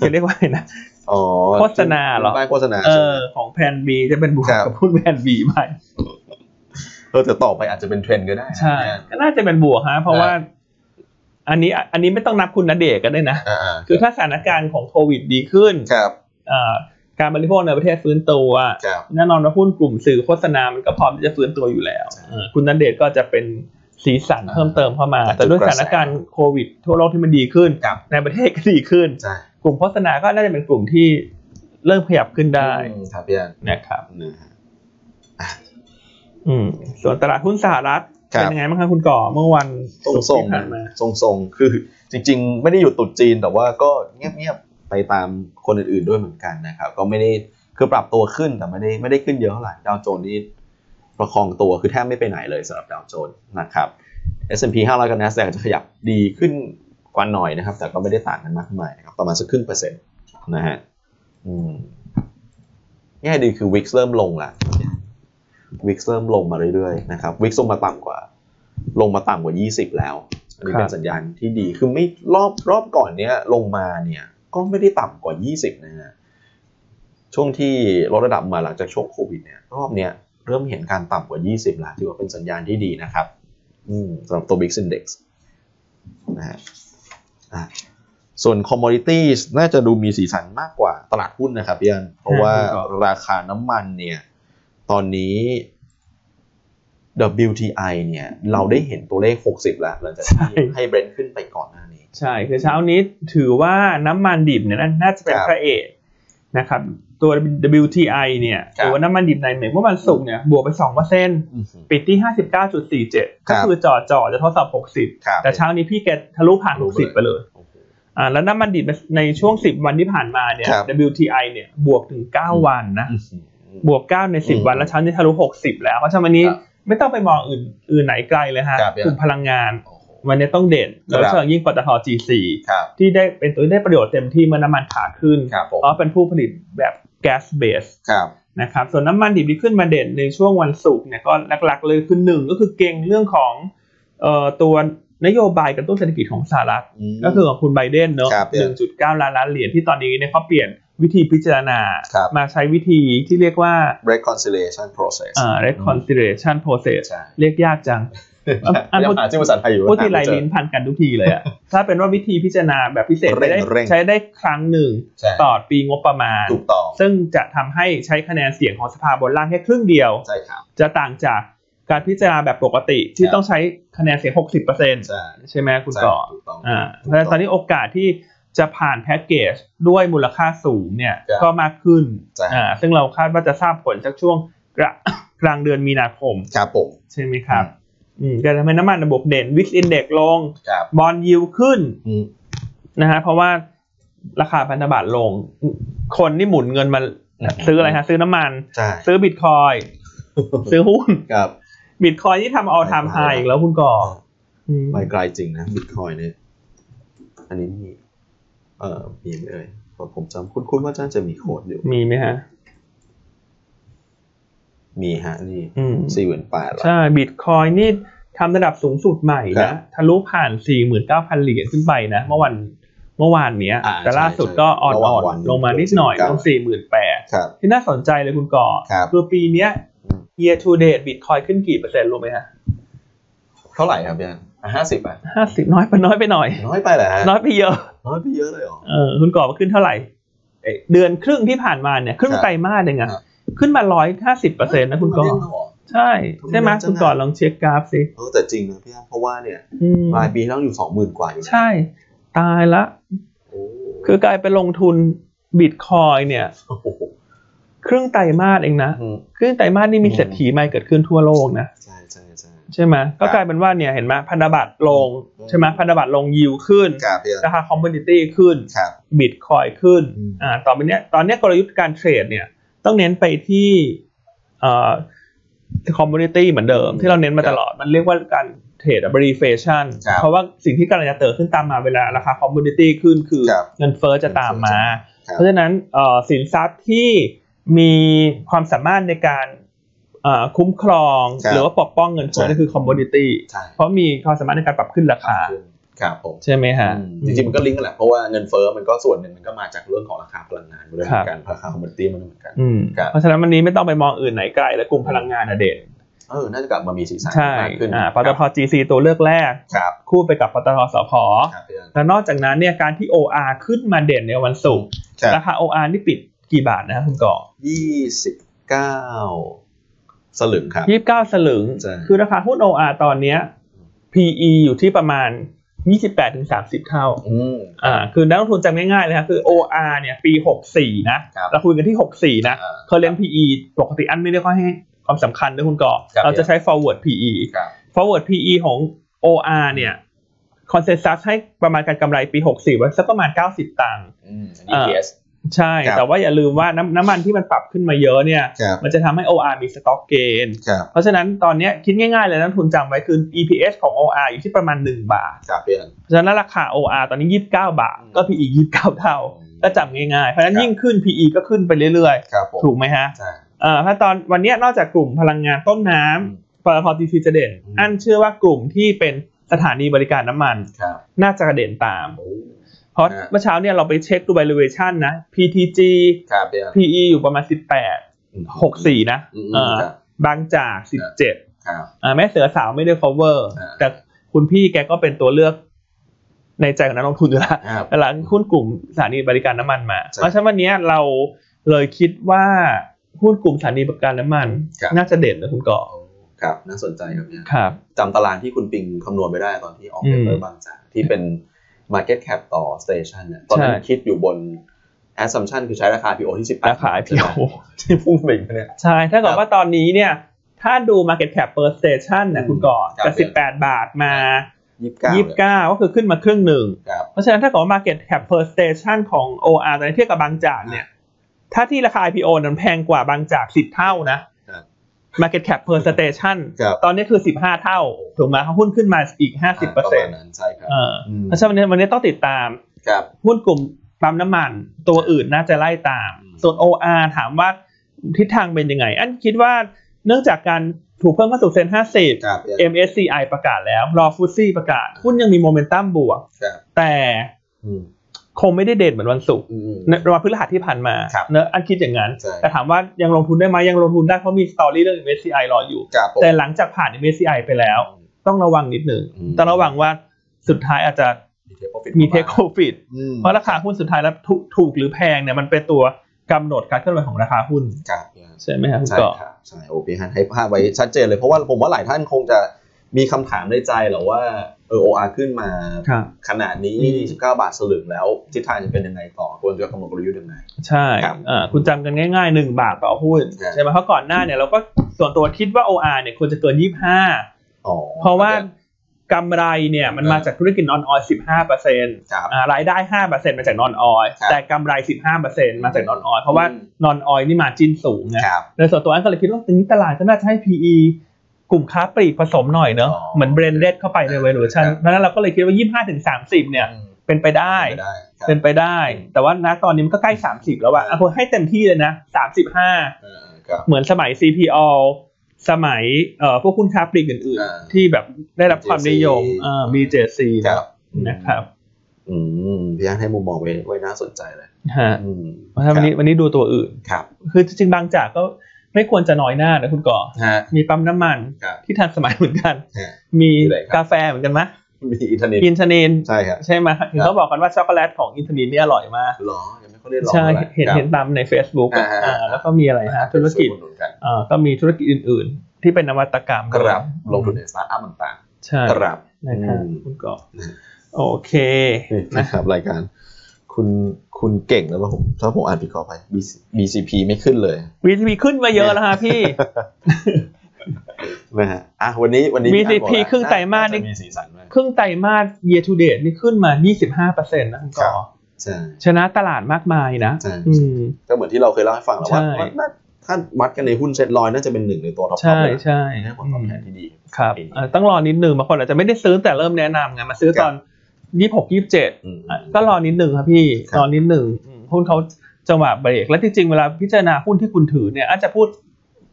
Speaker 1: จะเรียกว่าอะไรนะ
Speaker 2: อ๋อ
Speaker 1: โฆษณาเหรอ
Speaker 2: ป้ายโฆษณา
Speaker 1: เอ
Speaker 2: ใช่ไหม
Speaker 1: อของแผน B จะเป็นบวก
Speaker 2: ครับ
Speaker 1: กับหุ้นแผน B ไป
Speaker 2: เออแต่ต่อไปอาจจะเป็นเทรนด์ก็ได้นะ
Speaker 1: ใช่ ก็น่าจะเป็นบวกฮะเพราะว่า อันนี้อันนี้ไม่ต้องนับคุณณเดชน์ก็ได้นะ
Speaker 2: อ่าๆ
Speaker 1: คือถ้าสถานการณ์ของโควิดดีขึ้น
Speaker 2: ครับ
Speaker 1: เอ่อการบริโภคในประเทศฟื้นตัว
Speaker 2: ครับ
Speaker 1: แน่นอนว่าหุ้นกลุ่มสื่อโฆษณา มันก็พร้อมที่จะฟื้นตัวอยู่แล้วเออคุณณเดชน์ก็จะเป็นสีสันเพิ่มเติมเข้ามา
Speaker 2: อ่า
Speaker 1: แต่ด้วย
Speaker 2: จุดก
Speaker 1: ส
Speaker 2: ระแส
Speaker 1: ถานการณ์โควิด ทั่วโลกที่มันดีขึ้น
Speaker 2: ครับ
Speaker 1: ในประเทศก็ดีขึ้น
Speaker 2: ใช่
Speaker 1: กลุ่มโฆษณาก็น่าจะเป็นกลุ่มที่เริ่มขยับขึ้นได้
Speaker 2: อืมครับพี่อัน
Speaker 1: นะครับ
Speaker 2: นะฮะ
Speaker 1: อืมส่วนตลาดหุ้นสหรัฐ
Speaker 2: ครับ
Speaker 1: เป็นยังไงบ้างครับคุณก่อเมื่อวัน
Speaker 2: ทร
Speaker 1: ศุ
Speaker 2: งทร
Speaker 1: กร์
Speaker 2: ง
Speaker 1: ที่ผ่านมา
Speaker 2: ทรงทรงๆคือจริง ๆ ไม่ได้หยุดตรุดจีนแต่ว่าก็เงียบๆไปตามคนอื่นๆด้วยเหมือนกันนะครับ ก็ไม่ได้คือปรับตัวขึ้นแต่ไม่ได้ไม่ได้ขึ้นเยอะเท่าไหร่ดาวโจนส์นี่ประคองตัวคือแทบไม่ไปไหนเลยสำหรับดาวโจนส์นะครับ S&P 500 กับ NASDAQ จะขยับดีขึ้นกว่าหน่อยนะครับ แต่ก็ไม่ได้ต่างกันมากมายนะครับประมาณสักครึ่งเปอร์เซ็นต์นะฮะอืมแง่ดีคือ VIX เริ่มลงละ VIX เริ่มลงมาเรื่อยๆนะครับ VIX ลงมาต่ำกว่า ลงมาต่ำกว่า 20 แล้ว อันนี้เป็นสัญญาณที่ดี คือไม่รอบรอบก่อนเนี้ยลงมาเนี่ย ก็ไม่ได้ต่ำกว่า 20 นะฮะ ช่วงที่ลดระดับมาหลังจากช่วงโควิดเนี่ย รอบเนี้ยเริ่มเห็นการต่ำกว่า 20แล้วถือว่าเป็นสัญญาณที่ดีนะครับ อืมสำหรับตัว Big Index นะฮะอ่ะส่วน Commodities น่าจะดูมีสีสันมากกว่าตลาดหุ้นนะครับพี่อันเพราะว่าราคาน้ำมันเนี่ย ตอนนี้ WTI เนี่ย เราได้เห็นตัวเลข 60 แล้วหลังจากที่ให้เบรนท์ขึ้นไปก่อนหน้านี้
Speaker 1: ใช่คือเช้านี้ถือว่าน้ำมันดิบเนี่ยน่าจะเป็น
Speaker 2: ครับ
Speaker 1: พระเอกนะครับ ตัว WTI เนี่ย
Speaker 2: ครับ
Speaker 1: ตัวน้ำมันดิบในเมกเมื่อวันศุกร์เนี่ยบวกไป
Speaker 2: อื
Speaker 1: 2%
Speaker 2: อหือ
Speaker 1: ปิดที่ 59.47
Speaker 2: ครั
Speaker 1: ก็
Speaker 2: บ
Speaker 1: คือจ่อจ่อจะทดสอบ 60
Speaker 2: ครับ
Speaker 1: แต่เช้านี้พี่แกทะลุผ่าน
Speaker 2: ทะลุไป
Speaker 1: 60 ไปเลย
Speaker 2: โอ้โห
Speaker 1: อ่าแล้วน้ำมันดิบในช่วง 10 วันที่ผ่านมาเนี่ย
Speaker 2: ครับ
Speaker 1: WTI เนี่ยบวกถึง
Speaker 2: อืม
Speaker 1: 9 วันนะ
Speaker 2: อื้อหือ
Speaker 1: บวกเก้าในสิบ
Speaker 2: อืม
Speaker 1: วันแล้วเช้านี้ทะลุหกสิบแล้ว เพราะฉะนั้นวันนี้
Speaker 2: ครับ
Speaker 1: ไม่ต้องไปมองอื่นอื่นไหนไกลเลยฮะ
Speaker 2: ครับ
Speaker 1: กลุ่มพลังงาน
Speaker 2: โอ้โห
Speaker 1: วันนี้ต้องเด่น
Speaker 2: ครับ
Speaker 1: แล้วเชิงยิ่งปตท G4
Speaker 2: ครับ
Speaker 1: ที่ได้เป็นตัวที่ได้ประโยชน์เต็มที่เมื่อน้ำมันขาขึ้น
Speaker 2: ครับผม
Speaker 1: เพราะเป็นผู้ผลิตแบบแก๊สเบส
Speaker 2: ครับ
Speaker 1: นะครับส่วนน้ำมันดิบที่ขึ้นมาเด่นในช่วงวันศุกร์เนี่ยก็หลักๆ เลยคือหนึ่งก็คือเก่งเรื่องของเอ่อตัวนโยบายกระตุ้นเศรษฐกิจของสหรัฐ
Speaker 2: ม
Speaker 1: ก็คือของคุณไบเดนเนอะ
Speaker 2: ครับ
Speaker 1: 1.9 ล้านล้านเหรียญที่ตอนนี้เนี่ยเขาเปลี่ยนวิธีพิจารณา
Speaker 2: ครับ
Speaker 1: มาใช้วิธีที่เรียกว่า
Speaker 2: reconciliation process
Speaker 1: เอ่อ reconciliation process
Speaker 2: ใช่
Speaker 1: เรียกยากจัง อ่ะอ่ะ
Speaker 2: ยังหาชื่อภาษาไทยอยู่
Speaker 1: พูดทีไร
Speaker 2: หาม่เจอ
Speaker 1: ลิ้นพันกันทุกทีเลยอะ *laughs* ถ้าเป็นว่าวิธีพิจารณาแบบพิเศษ
Speaker 2: เร่ง
Speaker 1: ใช้ได้
Speaker 2: เร่ง
Speaker 1: ใช้ได้ครั้งหนึ่ง
Speaker 2: ใช่
Speaker 1: ต่อปีงบประมาณ
Speaker 2: ถูกต้อง
Speaker 1: ซึ่งจะทำให้ใช้คะแนนเสียงของสภาบนล่างแค่ครึ่งเดียว
Speaker 2: ใช่ครับ
Speaker 1: จะต่างจากการพิจารณาแบบปกติ
Speaker 2: ค
Speaker 1: ที่
Speaker 2: รับ
Speaker 1: ต้องใช้คะแนนเสียง 60%
Speaker 2: ใช่
Speaker 1: ใช่ไหมคุณ
Speaker 2: ใช่
Speaker 1: ต่อ
Speaker 2: ถูกต้อง
Speaker 1: อ่าเพราะฉะนั้นตอนนี้โอกาสที่จะผ่านแพ็กเกจด้วยมูลค่าสูงเนี่ย
Speaker 2: ครับ
Speaker 1: ก็มากขึ้น
Speaker 2: ใช่
Speaker 1: อ่าซึ่งเราคาดว่าจะทราบผลจากช่วงกระ กลางเดือนมีนาคม
Speaker 2: ครับผม
Speaker 1: ใช่ไหมครับ
Speaker 2: อืม
Speaker 1: อืมก็ทำให้น้ำมันบวกเด่นวิกอินเด็กลง
Speaker 2: ครับ
Speaker 1: บอลยิวขึ้น
Speaker 2: อืม
Speaker 1: นะฮะเพราะว่าราคาพันธบัตรลง คนนี่หมุนเงินมาซื้ออะไรฮะ ซื้อน้ำมัน
Speaker 2: ใช่ *laughs*
Speaker 1: ซื้อบิตคอยน์ซื้อหุ้น
Speaker 2: ครับ
Speaker 1: บิตคอยน์ที่ทำเอาทำไฮอีกแล้วคุณก่ออืม
Speaker 2: ไปไกลจริงนะบิตคอยเนี่ย อันนี้มี เอ่อมีไหมเอ่ยเพราะผมจำคุ้นๆว่าน่าจะมีโค้ดอยู่
Speaker 1: มีไหมฮะ
Speaker 2: มีฮะ นี่
Speaker 1: อืม
Speaker 2: สี่หมื่นแปดละ
Speaker 1: ใช่บิตคอยนี่ทำระดับสูงสุดใหม่
Speaker 2: ครั
Speaker 1: นะ
Speaker 2: บ
Speaker 1: ทะลุผ่าน 49,000 เหรียญขึ้นไปนะ เมื่อวันเมื่อวานเนี้ย
Speaker 2: อ่า
Speaker 1: แต่ล่าสุด
Speaker 2: ใช่
Speaker 1: ก็อ่อ
Speaker 2: ระหว่างวัน น
Speaker 1: ๆลงมานิดหน่อย
Speaker 2: ครับ
Speaker 1: ลง48,000
Speaker 2: ครับ
Speaker 1: ที่น่าสนใจเลยคุณก่อ
Speaker 2: ครับ
Speaker 1: คือปีเนี้ย
Speaker 2: อืม
Speaker 1: year to date บิตคอยขึ้นกี่เปอร์เซ็นต์รู้ไหมฮะ
Speaker 2: เท่าไหร่ครับพี่อันห้าสิบอ่ะ
Speaker 1: ห้าสิบน้อยไปน้อยไปหน่อย
Speaker 2: น้อยไปเหรอฮะ
Speaker 1: น้อยไปเยอะ
Speaker 2: น้อยไปเยอะเลยเหรอ
Speaker 1: เออคุณก่อว่าขึ้นเท่าไหร่เอ้ยเดือนครึ่งที่ผ่านมาเนี่ยครึ่ง
Speaker 2: ครับ
Speaker 1: ไตรมาสเองอะ
Speaker 2: ครับ
Speaker 1: ขึ้นมาร้อยห้าสิบเปอร์เซ็นต์นะคุณก่อ
Speaker 2: เยเหร
Speaker 1: ใช่ใช่ไหม
Speaker 2: ทำไมเยอะจังอะ
Speaker 1: คุณก่อลองเช็คกราฟสิ
Speaker 2: เออแต่จริงนะพี่อันเพราะว่าเนี่ย
Speaker 1: อืม
Speaker 2: รายปีต้องอยู่สองหมื่นกว่าอยู่นะ
Speaker 1: ใช่ตายละ
Speaker 2: โอ้
Speaker 1: คือกลายเป็นลงทุนบิตคอยเนี่ย
Speaker 2: โอ้โห
Speaker 1: ครึ่งไตรมาสเองนะ
Speaker 2: อืม
Speaker 1: ครึ่งไตรมาสนี่มี
Speaker 2: อืม
Speaker 1: เศรษฐีใหม่เกิดขึ้นทั่วโลกนะ
Speaker 2: ใช่ใช่ใช่
Speaker 1: ใช่ไหม
Speaker 2: ครั
Speaker 1: ก็
Speaker 2: บ
Speaker 1: กลายเป็นว่าเนี่ยเห็นไหมพันธบัตรลง
Speaker 2: อืม
Speaker 1: ใช่ไหมพันธบัตรลงยิวขึ้น
Speaker 2: ครับพี่อัน
Speaker 1: ราคาคอมมูนิตี้ขึ้น
Speaker 2: ครับ
Speaker 1: บิตคอยขึ้น
Speaker 2: อืม
Speaker 1: อ่าต่อไปเนี้ยตอนเนี้ยกลยุทธ์การเทรดเนี่ยต้องเน้นไปที่เอ่อคอมมูนิตี้เหมือนเดิม ที่เราเน้นมาตลอดมันเรียกว่าการเทรดบริเฟชัน
Speaker 2: ครับ
Speaker 1: เพราะว่าสิ่งที่กำลังจะเติบขึ้นตามมาเวลาราคาคอมมูนิตี้ขึ้นคือ
Speaker 2: ครับ
Speaker 1: เงินเฟ้อจะตามมา
Speaker 2: ครับ
Speaker 1: เพราะฉะนั้นเอ่อสินทรัพย์ที่มีความสามารถในการเอ่อคุ้มครอง
Speaker 2: ครับ
Speaker 1: หรือว่าปกป้องเงินเฟ้อนี่คือคอมมูนิตี้
Speaker 2: ใช่
Speaker 1: เพราะมีความสามารถในการปรับขึ้นราคา
Speaker 2: ครับผม
Speaker 1: ใช่ไหมฮะ
Speaker 2: จริงๆมันก็ลิงก์กันแหละเพราะว่าเงินเฟ้อมันก็ส่วนหนึ่งมันก็มาจากเรื่องของราคาพลังงานด้วยเหมือนกันราคาคอมมอดิตี้มันก็เหมือนกัน
Speaker 1: อืม
Speaker 2: ครับ
Speaker 1: เพราะฉะนั้นวันนี้ไม่ต้องไปมองอื่นไหนไกลและกลุ่มพลังงานอะเด่น
Speaker 2: เออน่าจะกลับมามีสีสัน
Speaker 1: ใช่
Speaker 2: มากขึ้น
Speaker 1: อ่าปตท GC ตัวเลือกแรก
Speaker 2: ครับ
Speaker 1: คู่ไปกับปตทสพ
Speaker 2: ครับพี่อัน
Speaker 1: และนอกจากนั้นเนี่ยการที่ OR ขึ้นมาเด่นในวันศุกร์ราคา OR นี่ปิดกี่บาทนะคุณก่อ
Speaker 2: ยี่สิบเก้าสลึงครับ
Speaker 1: 29 สลึง
Speaker 2: ใช่
Speaker 1: คือราคาหุ้น OR ตอนเนี้ย PE อยู่ที่ประมาณ 28-30 เท่า
Speaker 2: อืม
Speaker 1: อ่าคือนักลงทุนจำง่ายๆเลยครับคือ OR เนี่ยปี 64 นะ
Speaker 2: ครับ
Speaker 1: เราคุยกันที่ 64 นะ
Speaker 2: อ่า
Speaker 1: current PE ปกติอันไม่ได้ค่อยให้ความสำคัญด้วยคุณก่อ
Speaker 2: ครับ
Speaker 1: เราจะใช้ forward PE
Speaker 2: ครับ
Speaker 1: forward PE ของ OR เนี่ย consensus ให้ประมาณการกำไรปี 64 ไว้สักประมาณ 90 ตังค์
Speaker 2: อืมอัน
Speaker 1: อ่า
Speaker 2: นี้ PS
Speaker 1: ใช่
Speaker 2: ครับ
Speaker 1: แต่ว่าอย่าลืมว่าน้ำน้ำมันที่มันปรับขึ้นมาเยอะเนี่ย
Speaker 2: ครับ
Speaker 1: มันจะทำให้ OR มีสต็อกเกน
Speaker 2: ครับ
Speaker 1: เพราะฉะนั้นตอนเนี้ยคิดง่ายๆเลยนะทุนจำไว้คือ EPS ของ OR อยู่ที่ประมาณ 1 บาท
Speaker 2: ครับพี่อัน
Speaker 1: ฉะนั้นราคา OR ตอนนี้ 29 บาท
Speaker 2: อืม
Speaker 1: ก็ PE 29 เท่า
Speaker 2: อืม
Speaker 1: ก็จำง่ายๆ เพราะฉะนั้น
Speaker 2: ครับ
Speaker 1: ยิ่งขึ้น PE ก็ขึ้นไปเรื่อย
Speaker 2: ครับผม
Speaker 1: ๆ ถูกไหมฮะ
Speaker 2: ใช่
Speaker 1: เอ่อถ้าตอนวันเนี้ยนอกจากกลุ่มพลังงานต้นน้ำปตทจีซีจะเด่น
Speaker 2: อืม
Speaker 1: อันเชื่อว่ากลุ่มที่เป็นสถานีบริการน้ำมัน
Speaker 2: ครับ
Speaker 1: น่าจะเด่นตาม เพราะ
Speaker 2: ฮะ
Speaker 1: เมื่อเช้าเนี่ยเราไปเช็คดู valuation นะ PTG
Speaker 2: ครับพี่อัน
Speaker 1: PE อยู่ประมาณ 18 64 นะ
Speaker 2: อืม
Speaker 1: เอ่อ
Speaker 2: ครับ
Speaker 1: บางจาก 17
Speaker 2: ครับ
Speaker 1: อ่าแม่เสือสาวไม่ได้ cover
Speaker 2: อ่า
Speaker 1: แต่คุณพี่แกก็เป็นตัวเลือกในใจของนักลงทุนอยู่แล้ว
Speaker 2: ครับ
Speaker 1: หลังหุ้นกลุ่มสถานีบริการน้ำมันมา
Speaker 2: ใช่
Speaker 1: เพราะฉะนั้นวันนี้เราเลยคิดว่าหุ้นกลุ่มสถานีบริการน้ำมัน
Speaker 2: ครับ
Speaker 1: น่าจะเด่นนะคุณก่อ
Speaker 2: ครับน่าสนใจครับพี่อัน
Speaker 1: ครับ
Speaker 2: จำตารางที่คุณปิงคำนวณไปได้ตอนที่ออกเปเปอ
Speaker 1: อื
Speaker 2: ร์
Speaker 1: ม
Speaker 2: บางจากที่เป็น Market Cap ต่อ Station เนี่ยตอนนั้น
Speaker 1: ใช่
Speaker 2: คิดอยู่บน Assumption คือใช้ราคา PO ที่ 18
Speaker 1: ราคา IPO
Speaker 2: ที่พุ่งไปอีกเนี่ย
Speaker 1: ใช่ถ้าเกิ
Speaker 2: ค
Speaker 1: ด
Speaker 2: รับ
Speaker 1: ว่าตอนนี้เนี่ย ถ้าดู market cap per station นะ
Speaker 2: อืม
Speaker 1: คุณก่อ
Speaker 2: ครับ
Speaker 1: จาก
Speaker 2: เดี๋ยว
Speaker 1: 18 บาทมา
Speaker 2: ยี่สิบเก้า
Speaker 1: 29 ก็คือขึ้นมาครึ่งหนึ่ง
Speaker 2: ครับ
Speaker 1: เพราะฉะนั้นถ้าเกิดว่า market cap per station ของ OR ตอนนี้เทียบกับบางจากเนี่ย ถ้าที่ราคา IPO นั้นแพงกว่าบางจาก 10 เท่านะ
Speaker 2: ครับ
Speaker 1: market cap per station
Speaker 2: ครับ
Speaker 1: ตอนนี้คือ 15 เท่าถูกไหมเขาหุ้นขึ้นมาอีก 50%เปอร์
Speaker 2: ป
Speaker 1: เซ็น
Speaker 2: ระมาณ
Speaker 1: ต์
Speaker 2: นั้นใช่ครับ
Speaker 1: เอออ
Speaker 2: ม
Speaker 1: เพราะฉะนั้นวันนี้วันนี้ต้องติดตาม
Speaker 2: ครับ
Speaker 1: หุ้นกลุ่มปั๊มน้ำมัน ตัวอื่นน่าจะไล่ตาม
Speaker 2: อืม
Speaker 1: ส่วน OR ถามว่า ทิศทางเป็นยังไง อันคิดว่าเนื่องจากการถูกเพิ่มเข้าสู่เซ็นห้าสิบ
Speaker 2: ครับ
Speaker 1: MSCI ประกาศแล้ว รอฟูซี่ประกาศหุ้นยังมีโมเมนตัมบวก
Speaker 2: ครับ
Speaker 1: แต่
Speaker 2: อืม
Speaker 1: คงไม่ได้เด่นเหมือนวันศุกร์
Speaker 2: อืม
Speaker 1: ในวันพฤหัสที่ผ่านมา
Speaker 2: ครับ
Speaker 1: เนอะอันคิดอย่างนั้น
Speaker 2: ใช่
Speaker 1: แต่ถามว่ายังลงทุนได้ไหมยังลงทุนได้เพราะมีสตอรี่เรื่อง MSCI รออยู่
Speaker 2: ครับผม
Speaker 1: แต่หลังจากผ่าน MSCI ไปแล้ว ต้องระวังนิดหนึ่งต้องระวังว่าสุดท้ายอาจจะมีเทคโคฟิต
Speaker 2: อืม
Speaker 1: เพราะราคาหุ้นสุดท้ายแล้วถูกถูกหรือแพงเนี่ยมันเป็นตัวกำหนดการเคลื่อนไหวของราคาหุ้น
Speaker 2: ครับ
Speaker 1: ใช่ไหมครับคุณ
Speaker 2: ใช่
Speaker 1: เก่อ
Speaker 2: ครับใช่โอเคฮะให้ภาพไว้ชัดเจนเลยเพราะว่าผมว่าหลายท่านคงจะมีคำถามในใจแหละว่าเออโออาขึ้นมา ขนาดนี้
Speaker 1: อืม
Speaker 2: 29 บาทสลึงแล้ว ทิศทางจะเป็นยังไงต่อ ควรจะกำหนดกลยุทธ์ยังไง
Speaker 1: ใช่
Speaker 2: ครับ
Speaker 1: อ่าคุณจำกันง่ายๆ 1 บาทต่อหุ้น
Speaker 2: ครับ
Speaker 1: ใช่ไหมเพราะก่อนหน้าเนี่ยเราก็ส่วนตัวคิดว่า OR เนี่ยควรจะเกิน 25
Speaker 2: อ๋อ
Speaker 1: เพราะว่ากำไรเนี่ยมันมาจากธุรกิจนอนออย15เปอร์เซ็นต์
Speaker 2: ครับ
Speaker 1: อ่ารายได้ห้าเปอร์เซ็นต์มาจากนอนออย
Speaker 2: ครับ
Speaker 1: แต่กำไรสิบห้าเปอร์เซ็นต์มาจากนอนออยเพราะว่า
Speaker 2: อืม
Speaker 1: นอนออยนี่มาจินสูงนะครับ ในส่วนตัวอันก็เลยคิดว่าตรงนี้ตลาดก็น่าจะให้ PE กลุ่มค้าปลีกผสมหน่อยเนอะ
Speaker 2: อ๋อ
Speaker 1: เหมือนเบรนเดดเข้าไปใน valuation
Speaker 2: ครับ
Speaker 1: เพราะฉะนั้นเราก็เลยคิดว่า 25ถึง30 เนี่ย
Speaker 2: อืม
Speaker 1: เป็นไปได้
Speaker 2: เป็นได้ครับ
Speaker 1: เป็นไปได้
Speaker 2: อืม
Speaker 1: แต่ว่าณตอนนี้มันก็ใกล้ 30 แล้ว
Speaker 2: ครั
Speaker 1: อะ
Speaker 2: บ
Speaker 1: อ่ะผมให้เต็มที่เลยนะ 35
Speaker 2: อ่าครับ
Speaker 1: เหมือนสมัย CPO สมัยเอ่อพวกคุณค้าปลีกอื่น
Speaker 2: อ่า
Speaker 1: ๆ ที่แบบได้รับความนิยม
Speaker 2: BJC
Speaker 1: อ่า BJC
Speaker 2: ครับ
Speaker 1: นะครับ
Speaker 2: อืมพี่อันให้มุมมองไว้ไว้น่าสนใจเลย
Speaker 1: ฮะ
Speaker 2: อืม
Speaker 1: เพราะฉะนั้นวันนี้วันนี้ดูตัวอื่น
Speaker 2: ครับ
Speaker 1: คือจริงๆบางจากก็ไม่ควรจะน้อยหน้านะคุณก่อ
Speaker 2: ฮะ
Speaker 1: มีปั๊มน้ำมัน
Speaker 2: ครับ
Speaker 1: ที่ทันสมัยเหมือนกัน
Speaker 2: ฮะ
Speaker 1: มี
Speaker 2: มีอะไรครับ
Speaker 1: กาแฟเหมือนกันไหม
Speaker 2: มีอินเทอร์เน็ต
Speaker 1: อินทนิน
Speaker 2: ใช่ครับ
Speaker 1: ใช่ไหมถึงเขาบอกกันว่าช็อกโกแลตของอินทนินนี่อร่อยมาก
Speaker 2: หรอ ยังไม่ค่อยได้ลอง
Speaker 1: ใช่
Speaker 2: ท่าไร่
Speaker 1: เห็น
Speaker 2: ครับ
Speaker 1: เห็นตามใน Facebook อะ
Speaker 2: อ่าฮะ
Speaker 1: อ่าแล้วก็มีอะไรฮะธุรกิจ
Speaker 2: ส่วนอุดหนุนกัน
Speaker 1: อ่าก็มีธุรกิจอื่น ๆ ที่เป็นนวัตกรรม
Speaker 2: ครับลงทุนในสตาร์ทอัพต่าง
Speaker 1: ใช่
Speaker 2: ๆครับ
Speaker 1: นะครับ
Speaker 2: อืม
Speaker 1: คุณก่อโอเค
Speaker 2: นี่
Speaker 1: นะ
Speaker 2: นะครับรายการ คุณคุณเก่งแล้วป่ะผมถ้าผมอ่านผิดขอไป BCP ไม่ขึ้นเลย
Speaker 1: วีทีพีขึ้นมาเยอะแล้วฮะพี่
Speaker 2: *laughs* นะฮะอ่ะวันนี้วันนี้พี่
Speaker 1: VCP
Speaker 2: อันบอกแล้ว
Speaker 1: ครึ่งไตรมาสนี่
Speaker 2: น่จะมีสีสันมาก
Speaker 1: ครึ่งไตรมาส year to date นี่ขึ้นมา 25%นะคุณก่
Speaker 2: ครั
Speaker 1: อ
Speaker 2: บ ใช่
Speaker 1: ชนะตลาดมากมายนะ
Speaker 2: ใช่
Speaker 1: อืม
Speaker 2: ก็เหมือนที่เราเคยเล่าให้ฟังแล้ว
Speaker 1: ใช่
Speaker 2: ว่าว่าน่าถ้าวัดกันในหุ้นเซ็ตลอยน่าจะเป็นหนึ่งในตัวท็อป
Speaker 1: ใช่
Speaker 2: เลยนะ
Speaker 1: ใช่
Speaker 2: ได้ผลตอบแทนที่ดี
Speaker 1: ครับเอ่อต้องรอนิดหนึ่งบางคนอาจจะไม่ได้ซื้อแต่เริ่มแนะนำไงมาซื้อตอนยี่หกยี่เจ็ด
Speaker 2: อืม
Speaker 1: ก็รอนิดหนึ่งครับพี่
Speaker 2: ครับ
Speaker 1: รอนิดหนึ่งอืมหุ้นเขาจังหวะเบรกและจริงๆเวลาพิจารณาหุ้นที่คุณถือเนี่ยอาจจะพูด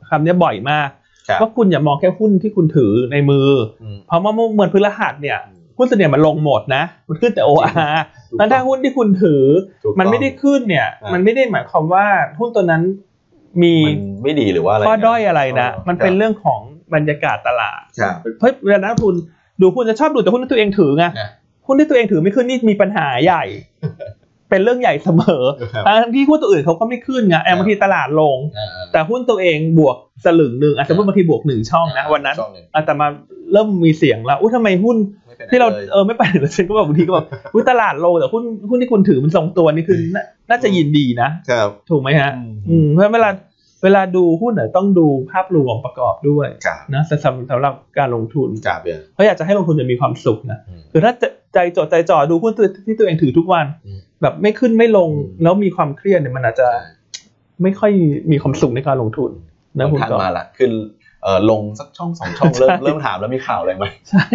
Speaker 1: คำเนี้ยบ่อยมาก
Speaker 2: ครับ
Speaker 1: ว่าคุณอย่ามองแค่หุ้นที่คุณถือในมือ
Speaker 2: อืม
Speaker 1: เพราะว่าเมื่อเมื่อพฤหัสเนี่ยหุ้นส่วนใหญ่มันลงหมดนะ มันขึ้นแต่ OR แล้วถ้าหุ้นที่คุณถือ
Speaker 2: ถูกต้อง
Speaker 1: มันไม่ได้ขึ้นเนี่ย
Speaker 2: อ่ามั
Speaker 1: มันไม่ได้หมายความว่าหุ้นตัวนั้นมี
Speaker 2: มันไม่ดีหรือว่าอะไร
Speaker 1: ข้อด้อยอะไรนะ มันเป็น
Speaker 2: คบ
Speaker 1: เรื่องของบรรยากาศตลาด
Speaker 2: ครับ
Speaker 1: เพราะเวลานักลงทุนดูหุ้นจะชอบดูแต่หุ้นที่ตัวเองถือไง
Speaker 2: นะ
Speaker 1: หุ้นที่ตัวเองถือไม่ขึ้นนี่มีปัญหาใหญ่ เป็นเรื่องใหญ่เสมอ
Speaker 2: ครับ
Speaker 1: ทั้งที่หุ้นตัวอื่นเขาก็ไม่ขึ้นไง
Speaker 2: ค
Speaker 1: แอ
Speaker 2: รับ
Speaker 1: มบางทีตลาดลง
Speaker 2: อ่าๆ
Speaker 1: แต่หุ้นตัวเองบวกสลึงหนึ่งอาจจะพูดบางทีบวกหนึ่งช่องนะ
Speaker 2: อ่า
Speaker 1: วันนั้น
Speaker 2: ช่องหนึ่ง
Speaker 1: อาจจะมาเริ่มมีเสียงแล้วอุ้ยทำไมหุ้น
Speaker 2: ไม่ป็นไ
Speaker 1: ที่เรา
Speaker 2: ลย
Speaker 1: เออไม่ไปหรือฉันก็แบบบางทีก็แบบอุ้ยตลาดลงแต่หุ้นหุ้นที่คุณถือมันทรงตัวนี่คือน่าน่าจะยินดีนะ
Speaker 2: ครับ
Speaker 1: ถูกไหมฮะ
Speaker 2: อืม
Speaker 1: อืม เพราะเวลาเวลาดูหุ้นเนี่ยต้องดูภาพรวมประกอบด้วย
Speaker 2: ครับ
Speaker 1: นะสำหรับสำหรับการลงทุน
Speaker 2: ครับเนี่ย
Speaker 1: เพราะอยากจะให้ลงทุนจะมีความสุขนะ
Speaker 2: อืม
Speaker 1: คือถ้าจะใจจดใจจ่อดูหุ้นตัวที่ตัวเองถือทุกวัน
Speaker 2: อืม
Speaker 1: แบบไม่ขึ้นไม่ลง
Speaker 2: อืม
Speaker 1: แล้วมีความเครียดเนี่ยมันอาจจะไม่ค่อยมีความสุขในการลงทุนนะคุณ
Speaker 2: ผ่าน
Speaker 1: ก่อน
Speaker 2: มาละขึ้นเออลงสักช่องสองช่องเริ่มเริ่มถามแล้วมีข่าวอะไรไหม
Speaker 1: ใช่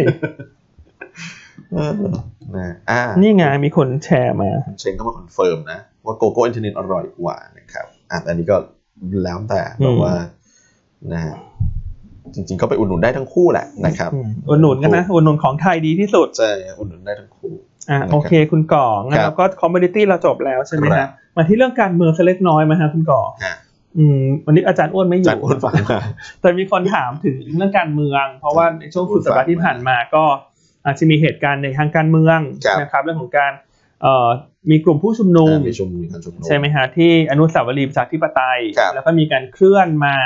Speaker 2: นะอ่า
Speaker 1: นี่ไงมีคนแชร์มา
Speaker 2: คุณเชงก็มาคอนเฟิร์มนะ ว่าโกโก้อินเทอร์เน็ตอร่อยกว่านะครับอ่ะอันนี้ก็แล้วแต่
Speaker 1: อืม
Speaker 2: แบบว่านะฮะจริงๆก็ไปอุดหนุนได้ทั้งคู่แหละนะครับ
Speaker 1: อืมอุดหนุนกันนะอุดหนุนของไทยดีที่สุด
Speaker 2: ใช่อุดหนุนได้ทั้งคู่
Speaker 1: อ่า
Speaker 2: นะครับ
Speaker 1: โอเคคุณก่องั้น
Speaker 2: ครับ
Speaker 1: แล้วก็คอมมูนิตี้เราจบแล้วใช่ไหม
Speaker 2: ครั
Speaker 1: ฮะ
Speaker 2: บ
Speaker 1: มาที่เรื่องการเมืองสักเล็กน้อยไหมฮะคุณก่อ
Speaker 2: อ่ะ
Speaker 1: อืมวันนี้อาจารย์อ้วนไม่อ
Speaker 2: จาก
Speaker 1: ยู่
Speaker 2: อ้นฟังมา
Speaker 1: แต่มีคนถามถึงเรื่องการเมือง เพราะว่าในช่วงสุดสัปดาห์ที่ผ่านมาก็อาจจะมีเหตุการณ์ในทางการเมือง
Speaker 2: ครับ
Speaker 1: นะครับเรื่องของการเอ่อมีกลุ่มผู้ชุมนุ
Speaker 2: อ่ะ
Speaker 1: ม
Speaker 2: มีชมมีการชมนุม
Speaker 1: ใช่ไหมฮะที่อนุสาวรีย์ประชาธิปไตย
Speaker 2: ครับ
Speaker 1: แล้วก็มีการเคลื่อนมา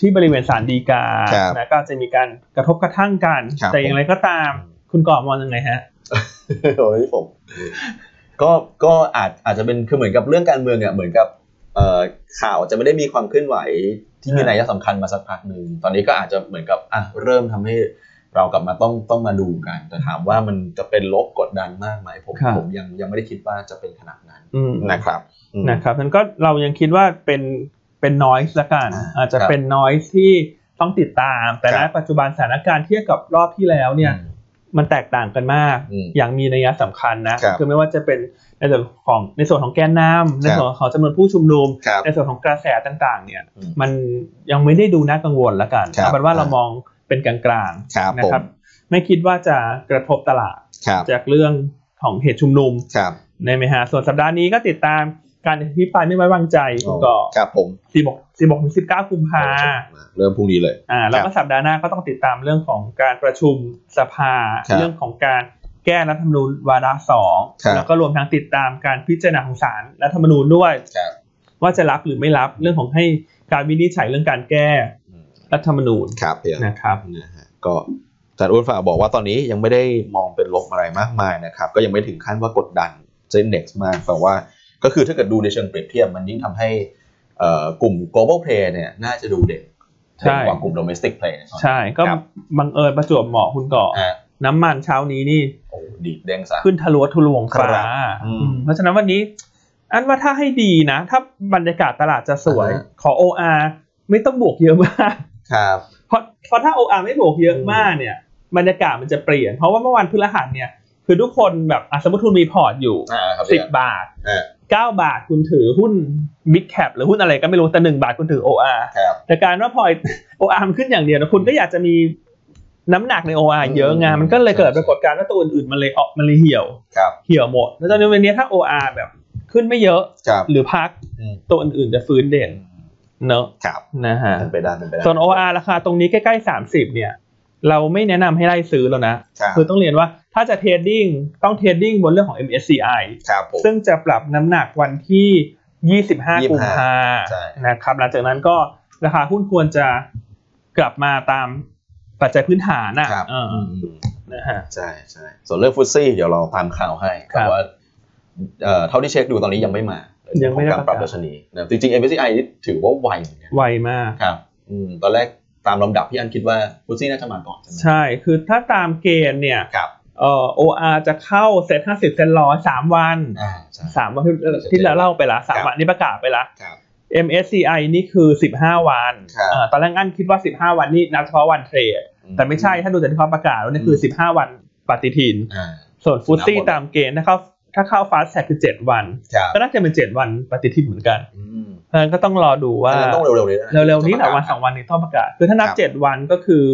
Speaker 1: ที่บริเวณศาลฎีกา
Speaker 2: ครับ
Speaker 1: แล้วก็จะมีการกระทบกระทั่งกัน
Speaker 2: ครับ
Speaker 1: แต่อย่างไรก็ตาม
Speaker 2: ผม
Speaker 1: คุณก่อมองยังไงฮะ
Speaker 2: *laughs* โอ้ยผมก็ก็อาจอาจจะเป็นคือเหมือนกับเรื่องการเมืองเนี่ยเหมือนกับเอ่อข่าวอาจจะไม่ได้มีความเคลื่อนไหวที่มี
Speaker 1: อ่า
Speaker 2: นัยสำคัญมาสักพักหนึ่งตอนนี้ก็อาจจะเหมือนกับอ่ะเริ่มทำให้เรากลับมาต้องต้องมาดูกัน แต่ถามว่ามันจะเป็นลบกดดันมากไหมผม
Speaker 1: ครับ
Speaker 2: ผมยังยังไม่ได้คิดว่าจะเป็นขนาดนั้น
Speaker 1: อืม
Speaker 2: นะครับอืม
Speaker 1: นะครับมันก็เรายังคิดว่าเป็นเป็นน้อยละกัน
Speaker 2: อ่า
Speaker 1: อาจจะ
Speaker 2: ครับ
Speaker 1: เป็นน้อยที่ต้องติดตาม แต่
Speaker 2: ค
Speaker 1: ณ
Speaker 2: รับ
Speaker 1: ปัจจุบันสถานการณ์เทียบกับรอบที่แล้วเนี่ย มันแตกต่างกันมาก
Speaker 2: อืม
Speaker 1: อย่างมีนัยสำคัญนะครับ อไม่ว่าจะเป็นในส่วนของในส่วนของแกนนำในส่วนของจำนวนผู้ชุมนุม
Speaker 2: ครับ
Speaker 1: ในส่วนของกระแสต่าง ๆ เนี่ย
Speaker 2: อืม
Speaker 1: มันยังไม่ได้ดูน่ากังวลละกัน
Speaker 2: ครับ
Speaker 1: เอาเป็นว่าเรา
Speaker 2: อ่าม
Speaker 1: มองเป็นกลาง
Speaker 2: ครับ
Speaker 1: ๆนะครั
Speaker 2: ผม
Speaker 1: ไม่คิดว่าจะกระทบตลาด
Speaker 2: ครับ
Speaker 1: จากเรื่องของเหตุชุมนุม
Speaker 2: ครับ
Speaker 1: ในไหมฮะส่วนสัปดาห์นี้ก็ติดตามการอภิปรายไม่ไว้วางใจคุณก่อ
Speaker 2: ครับผม
Speaker 1: สิบหกสิบหกถึงสิบเก้ากุมภา
Speaker 2: เริ่มพรุ่งนี้เลย
Speaker 1: อ่าแล้วก็สัปดาห์หน้าก็ต้องติดตามเรื่องของการประชุมสภา
Speaker 2: ครับ
Speaker 1: เรื่องของการแก้รัฐธรรมนูญวาระสอง
Speaker 2: ครับ
Speaker 1: แล้วก็รวมทั้งติดตามการพิจารณาของศาลรัฐธรรมนูญด้วย
Speaker 2: ครับ
Speaker 1: ว่าจะรับหรือไม่รับเรื่องของให้การวินิจฉัยเรื่องการแก้
Speaker 2: อืม
Speaker 1: รัฐธรรมนูญ
Speaker 2: ครับเดี๋ยว
Speaker 1: นะครับ
Speaker 2: นะฮะก็อาจารย์อ้วนฝากบอกว่าตอนนี้ยังไม่ได้มองเป็นลบอะไรมากมายนะครับ ก็ยังไม่ถึงขั้นว่ากดดันเซ็นเด็กมากแต่ว่าก็คือถ้าเกิดดูในเชิงเปรียบเทียบมันยิ่งทำให้เอ่อกลุ่ม global play เนี่ยน่าจะดูเด่น
Speaker 1: ใช่
Speaker 2: กว่ากลุ่ม domestic play นะครับ
Speaker 1: ใช่ก็
Speaker 2: ครับ
Speaker 1: บังเอิญประจวบเหมาะคุณก่อ
Speaker 2: อ่ะ
Speaker 1: น้ำมันเช้านี้นี่
Speaker 2: โอ้ดีดเด้งซะ
Speaker 1: ขึ้นทะลวทุลวงฟ้า
Speaker 2: ครับอืม
Speaker 1: อืมเพราะฉะนั้นวันนี้ อันว่าถ้าให้ดีนะ ถ้าบรรยากาศตลาดจะสวย
Speaker 2: อ่าฮะ
Speaker 1: ขอ OR ไม่ต้องบวกเยอะมาก
Speaker 2: ครับ
Speaker 1: เพราะเพราะถ้า OR ไม่บวกเยอะมากเนี่ยบรรยากาศมันจะเปลี่ยน เพราะว่าเมื่อวันพฤหัสเนี่ย คือทุกคนแบบอ่ะสมมติคุณมีพอร์ตอยู่
Speaker 2: อ่าครับ
Speaker 1: สิบ
Speaker 2: เดี๋ยว
Speaker 1: บาท
Speaker 2: เออ
Speaker 1: เก้าบาทคุณถือหุ้น Big Cap หรือหุ้นอะไรก็ไม่รู้แต่หนึ่งบาทคุณถือ OR
Speaker 2: ครับ
Speaker 1: แต่ *laughs* การว่าพอ OR มันขึ้นอย่างเดียวนะคุณก็อยากจะมีน้ำหนักใน OR เยอะไง
Speaker 2: อืม
Speaker 1: มันก็เลยเกิดปรากฏการณ์ว่าตัวอื่นๆมันเลยออกมันเลยเหี่ยว
Speaker 2: ครับ
Speaker 1: เหี่ยวหมดแล้วตอนนี้วันนี้ถ้า OR แบบขึ้นไม่เยอะ
Speaker 2: ครับ
Speaker 1: หรือพัก
Speaker 2: อืม
Speaker 1: ตัวอื่นๆจะฟื้นเด่นเนอะ
Speaker 2: ครับ
Speaker 1: นะฮะ
Speaker 2: เป็นไปได้เป็นไปได้
Speaker 1: ส่วน OR ราคาตรงนี้ใกล้ๆ 30 เนี่ย เราไม่แนะนำให้ไล่ซื้อแล้วนะ
Speaker 2: ครับ
Speaker 1: คือต้องเรียนว่าถ้าจะเทรดดิ้งต้องเทรดดิ้งบนเรื่องของ MSCI
Speaker 2: ครับผม
Speaker 1: ซึ่งจะปรับน้ำหนักวันที่ 25
Speaker 2: 25
Speaker 1: กุมภา
Speaker 2: ใช่
Speaker 1: นะครับ หลังจากนั้นก็ราคาหุ้นควรจะกลับมาตามปัจจัยพื้นฐานนะครับ เออ
Speaker 2: อืม
Speaker 1: นะฮะ
Speaker 2: ใช่ใช่ส่วนเรื่องฟุตซี่เดี๋ยวเราตามข่าวให้
Speaker 1: ครับ
Speaker 2: แต่ว่าเอ่อเท่าที่เช็คดูตอนนี้ยังไม่มา
Speaker 1: ยังไม่ได้
Speaker 2: เรื่องของการปรับ
Speaker 1: ประกาศ
Speaker 2: ดัชนีนะจริงๆ MSCI นี่ถือว่าไวเหมือนกัน
Speaker 1: ไวมาก
Speaker 2: ครับอืมตอนแรกตามลำดับพี่อันคิดว่าฟุตซี่น่าจะมาก่อนใช่ไหม
Speaker 1: ใช่ คือถ้าตามเกณฑ์เนี่ย
Speaker 2: ครับ
Speaker 1: เอ่อ OR จะเข้าเซ็ต50 เซ็ตร้อยสามวัน
Speaker 2: อ่าใช่
Speaker 1: สามวันที่ที่เราเล่าไปละสา
Speaker 2: ค
Speaker 1: ม
Speaker 2: รับ
Speaker 1: วันนี้ประกาศไปละ
Speaker 2: ครับ
Speaker 1: MSCI นี่คือ 15 วัน
Speaker 2: ครับ
Speaker 1: เอ่อตอนแรกอันคิดว่า 15 วันนี่นับเฉพาะวันเทรด แต่ไม่ใช่ ถ้าดูจากที่เขาประกาศแล้วเนี่ยคือ 15 วันปฏิทิน
Speaker 2: อ่า
Speaker 1: ส่วนฟุตซี่
Speaker 2: นับหมด
Speaker 1: ตามเกณฑ์ถ้าเข้าถ้าเข้าฟาสแท็กคือ 7 วัน
Speaker 2: ครับ
Speaker 1: ก็น่าจะเป็น 7 วันปฏิทินเหมือนกัน
Speaker 2: อืม
Speaker 1: เพราะฉะนั้นก็ต้องรอดูว่า
Speaker 2: อันนั้นต้องเร็วๆนี้นะ
Speaker 1: เร็วๆนี้แหละวัน
Speaker 2: จะปรกศ
Speaker 1: 2 วันนี้ต้องประกาศ คือถ้านับ
Speaker 2: ครับ
Speaker 1: 7 วันก็คือ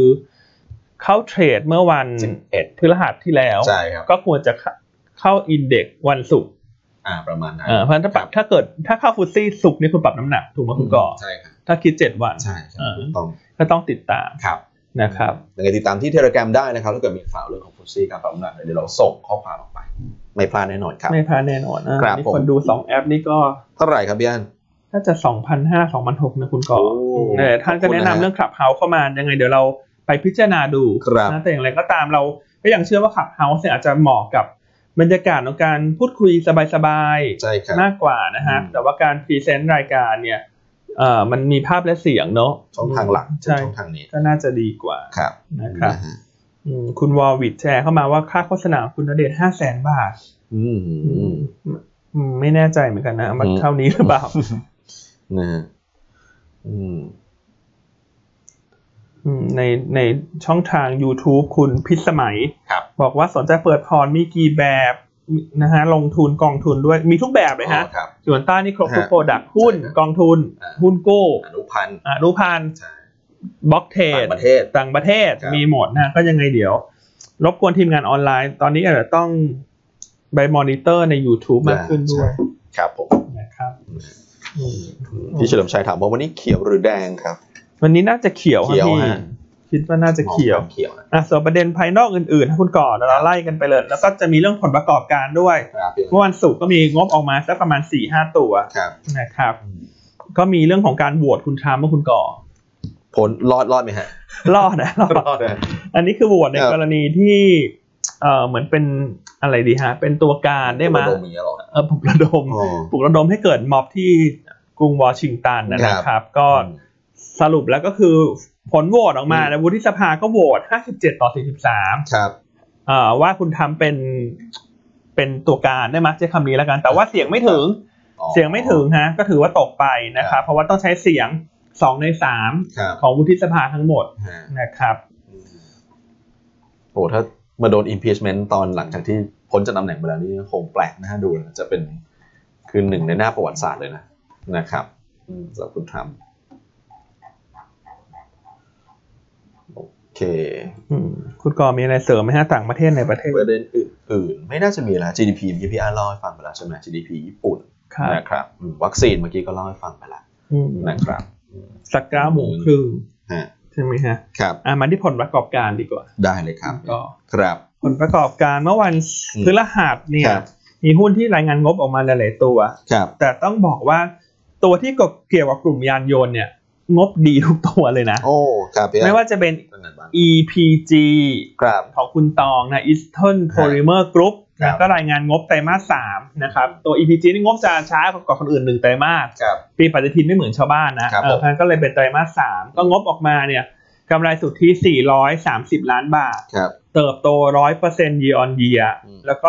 Speaker 1: เข้าเทรดเมื่อวัน
Speaker 2: สิบเอ็ด
Speaker 1: พฤหัสที่แล้ว
Speaker 2: ใช่ครับ
Speaker 1: ก็ควรจะเข้าเข้าอินเด็กซ์วันศุกร์
Speaker 2: อ่าประมาณนั้น
Speaker 1: เอ่อเพราะฉะนั้นถ้าปรับถ้าเกิดถ้าเข้าฟุตซี่ศุกร์นี่คุณปรับน้ำหนักถูกไหมคุณก่อ
Speaker 2: ใช่ครับ
Speaker 1: ถ้าคิดเจ็ดวัน
Speaker 2: ใช่ครับ
Speaker 1: เออ
Speaker 2: ถูกต้อง
Speaker 1: ก็ต้องติดตาม
Speaker 2: ครับ
Speaker 1: นะครับ
Speaker 2: ยังไงติดตามที่เทเลกรมได้นะครับถ้าเกิดมีข่าวเรื่องของฟุตซี่การปรับน้ำหนักเนี่ยเดี๋ยวเราส่งข้อความออกไป ไม่พลาดแน่นอนครับ
Speaker 1: ไม่พลาดแน่นอนนะครับ มี
Speaker 2: ผม
Speaker 1: คนดูสองแอปนี่ก็
Speaker 2: เท่าไหร่ครับพี่อัน
Speaker 1: น่าจะสองพันห้าสองพันหกนะคุณก่อ
Speaker 2: โอ้
Speaker 1: เออท่านก็แนะนำเรื่องขับเฮาเข้ามายังไงเดี๋ยวเราไปพิจารณาดู
Speaker 2: ครับ
Speaker 1: นะแต่อย่างไรก็ตามเราก็ยังเชื่อว่าขับเฮาเนี่ยอาจจะเหมาะกับบรรยากาศของการพูดคุยสบาย
Speaker 2: ใช่ครับ
Speaker 1: ๆมากกว่านะฮะ
Speaker 2: อืม
Speaker 1: แต่ว่าการพรีเซนต์รายการเนี่ยเอ่อมันมีภาพและเสียงเนาะ
Speaker 2: ช่องทางหลัก
Speaker 1: ใช่
Speaker 2: ช่องทางนี้
Speaker 1: ก็น่าจะดีกว่า
Speaker 2: ครับ
Speaker 1: นะครับ
Speaker 2: นะฮะ
Speaker 1: อืมคุณวอลวิดแชร์เข้ามาว่าค่าโฆษณาคุณณเดชห้าแสนบาท
Speaker 2: อืม
Speaker 1: อืมไม่แน่ใจเหมือนกันนะมันเท่านี้หรือเปล่า
Speaker 2: นะฮะอืม
Speaker 1: อืมในในช่องทาง YouTube คุณพิสมัย
Speaker 2: ครับ
Speaker 1: บอกว่าสนใจเปิดพอร์ตมีกี่แบบนะฮะลงทุนกองทุนด้วยมีทุกแบบเลยฮะ
Speaker 2: อ๋อครับ
Speaker 1: ส่วนต้านี่ครบทุก
Speaker 2: ฮะ
Speaker 1: โปรดักหุ้น
Speaker 2: ใช่ครับ
Speaker 1: กองทุน
Speaker 2: อ่า
Speaker 1: หุ้นกู้
Speaker 2: อนุพันธ์
Speaker 1: อนุพันธ์
Speaker 2: ใช่
Speaker 1: บล็อกเทรด
Speaker 2: ต่างประเทศ
Speaker 1: ต่างประเทศ
Speaker 2: ครับ
Speaker 1: มีหมดนะก็ยังไงเดี๋ยว รบกวนทีมงานออนไลน์ ตอนนี้อาจจะต้องไปมอนิเตอร์ใน YouTube มากขึ้นด้วย
Speaker 2: ใช่ครับผม
Speaker 1: นะครับอืม
Speaker 2: พี่เฉลิมชัยถามว่าวันนี้เขียวหรือแดงครับ
Speaker 1: วันนี้น่าจะเขียวครับ
Speaker 2: เขียว
Speaker 1: พี่
Speaker 2: ฮะ
Speaker 1: คิดว่าน่าจะเขียว
Speaker 2: มองเขียวนะ
Speaker 1: อ่ะส่วนประเด็นภายนอกอื่นๆให้คุณก่อนเดี๋ยวเราไล่กันไปเลย แล้วก็จะมีเรื่องผลประกอบการด้วย
Speaker 2: ครับ
Speaker 1: เมื่อวันศุกร์ก็มีงบออกมาสักประมาณ4ี่ห้าตัว
Speaker 2: ครับ
Speaker 1: นะครับ ก็มีเรื่องของการโหวตคุณทรัมป์ว่าคุณก่อ *laughs*
Speaker 2: ผลรอดรอดไหมฮะ
Speaker 1: รอดนะรอด
Speaker 2: *laughs* รอดนะ
Speaker 1: อันนี้คือโหวตใน
Speaker 2: ครับ
Speaker 1: กรณีที่เออเหมือนเป็นอะไรดีฮะ เป็นตัวการได้มา
Speaker 2: โดนอย่างเงี้ยหรอ
Speaker 1: เออปลุกระดม
Speaker 2: อ๋อ
Speaker 1: ปลุกระดมให้เกิดม็อบที่กรุงวอชิงตันนะ
Speaker 2: ครับ
Speaker 1: นะครับ ก็สรุปแล้วก็คือผลโหวตออกมาในวุฒิสภาก็โหวต57 ต่อ 43
Speaker 2: ครับ
Speaker 1: เอ่อว่าคุณทำเป็นเป็นตัวการได้มั้ยใช้คำนี้แล้วกัน แต่ว่าเสียงไม่ถึง
Speaker 2: อ๋อ
Speaker 1: เสียงไม่ถึงฮะก็ถือว่าตกไปนะครับ เพราะว่าต้องใช้เสียงสองในสาม
Speaker 2: ครับ
Speaker 1: ของวุฒิสภาทั้งหมด
Speaker 2: ฮะ
Speaker 1: นะครับ
Speaker 2: โอ้ถ้า มาโดน impeachment ตอนหลังจากที่พ้นจากตำแหน่งไปแล้วนี่คงแปลกนะฮะดูนะจะเป็นคือหนึ่งในหน้าประวัติศาสตร์เลยนะนะครับอืมสำหรับคุณทรัมป์โอเค
Speaker 1: อืมคุณกอมีอะไรเสริมไหมฮะต่างประเทศในประเทศ
Speaker 2: ประเด็นอื่นๆ ไม่น่าจะมีแล้ว GDP เมื่อกี้พี่อาร์เล่าให้ฟังไปแล้วใช่ไหม GDP ญี่ปุ่น
Speaker 1: ครับ
Speaker 2: นะครับอืมวัคซีนเมื่อกี้ก็เล่าให้ฟังไปแล้ว
Speaker 1: อืม
Speaker 2: นะครับ
Speaker 1: สักเก้าโมงครึ่ง
Speaker 2: ฮะ
Speaker 1: ใช่ไหมฮะ
Speaker 2: ครับ
Speaker 1: อ่ะมาที่ผลประกอบการดีกว่า
Speaker 2: ได้เลยครับ
Speaker 1: ก็
Speaker 2: ครับ
Speaker 1: ผลประกอบการเมื่อวัน
Speaker 2: อืม
Speaker 1: พฤหัสเนี่
Speaker 2: ค
Speaker 1: ย
Speaker 2: รับ
Speaker 1: มีหุ้นที่รายงานงบออกมาหลายๆตัว
Speaker 2: ครับ
Speaker 1: แต่ต้องบอกว่าตัวที่เกี่ยวกับกลุ่มยานยนต์เนี่ย งบดีทุกตัวเลยนะ
Speaker 2: โอ้ครับพี่อาร์
Speaker 1: ไม่ว่าจะเป็น
Speaker 2: เป็นไหนบ้าง
Speaker 1: EPG
Speaker 2: ครับ
Speaker 1: ของคุณตองนะ Eastern Polymer Group
Speaker 2: ครั
Speaker 1: นะ
Speaker 2: บ
Speaker 1: ก็รายงานงบไตรมาสสามนะครับตัว EPG นี่งบจะช้ากว่าคนอื่นหนึ่งไตรมาส
Speaker 2: ครับ
Speaker 1: ปีปฏิทินไม่เหมือนชาวบ้านนะครับ เออ
Speaker 2: ผม
Speaker 1: เพราะฉะนั้นก็เลยเป็นไตรมาสสามก็งบออกมาเนี่ยกำไรสุทธิ 430 ล้านบาท
Speaker 2: ครับ
Speaker 1: เติบโต 100% year on year
Speaker 2: อืม
Speaker 1: แล้วก็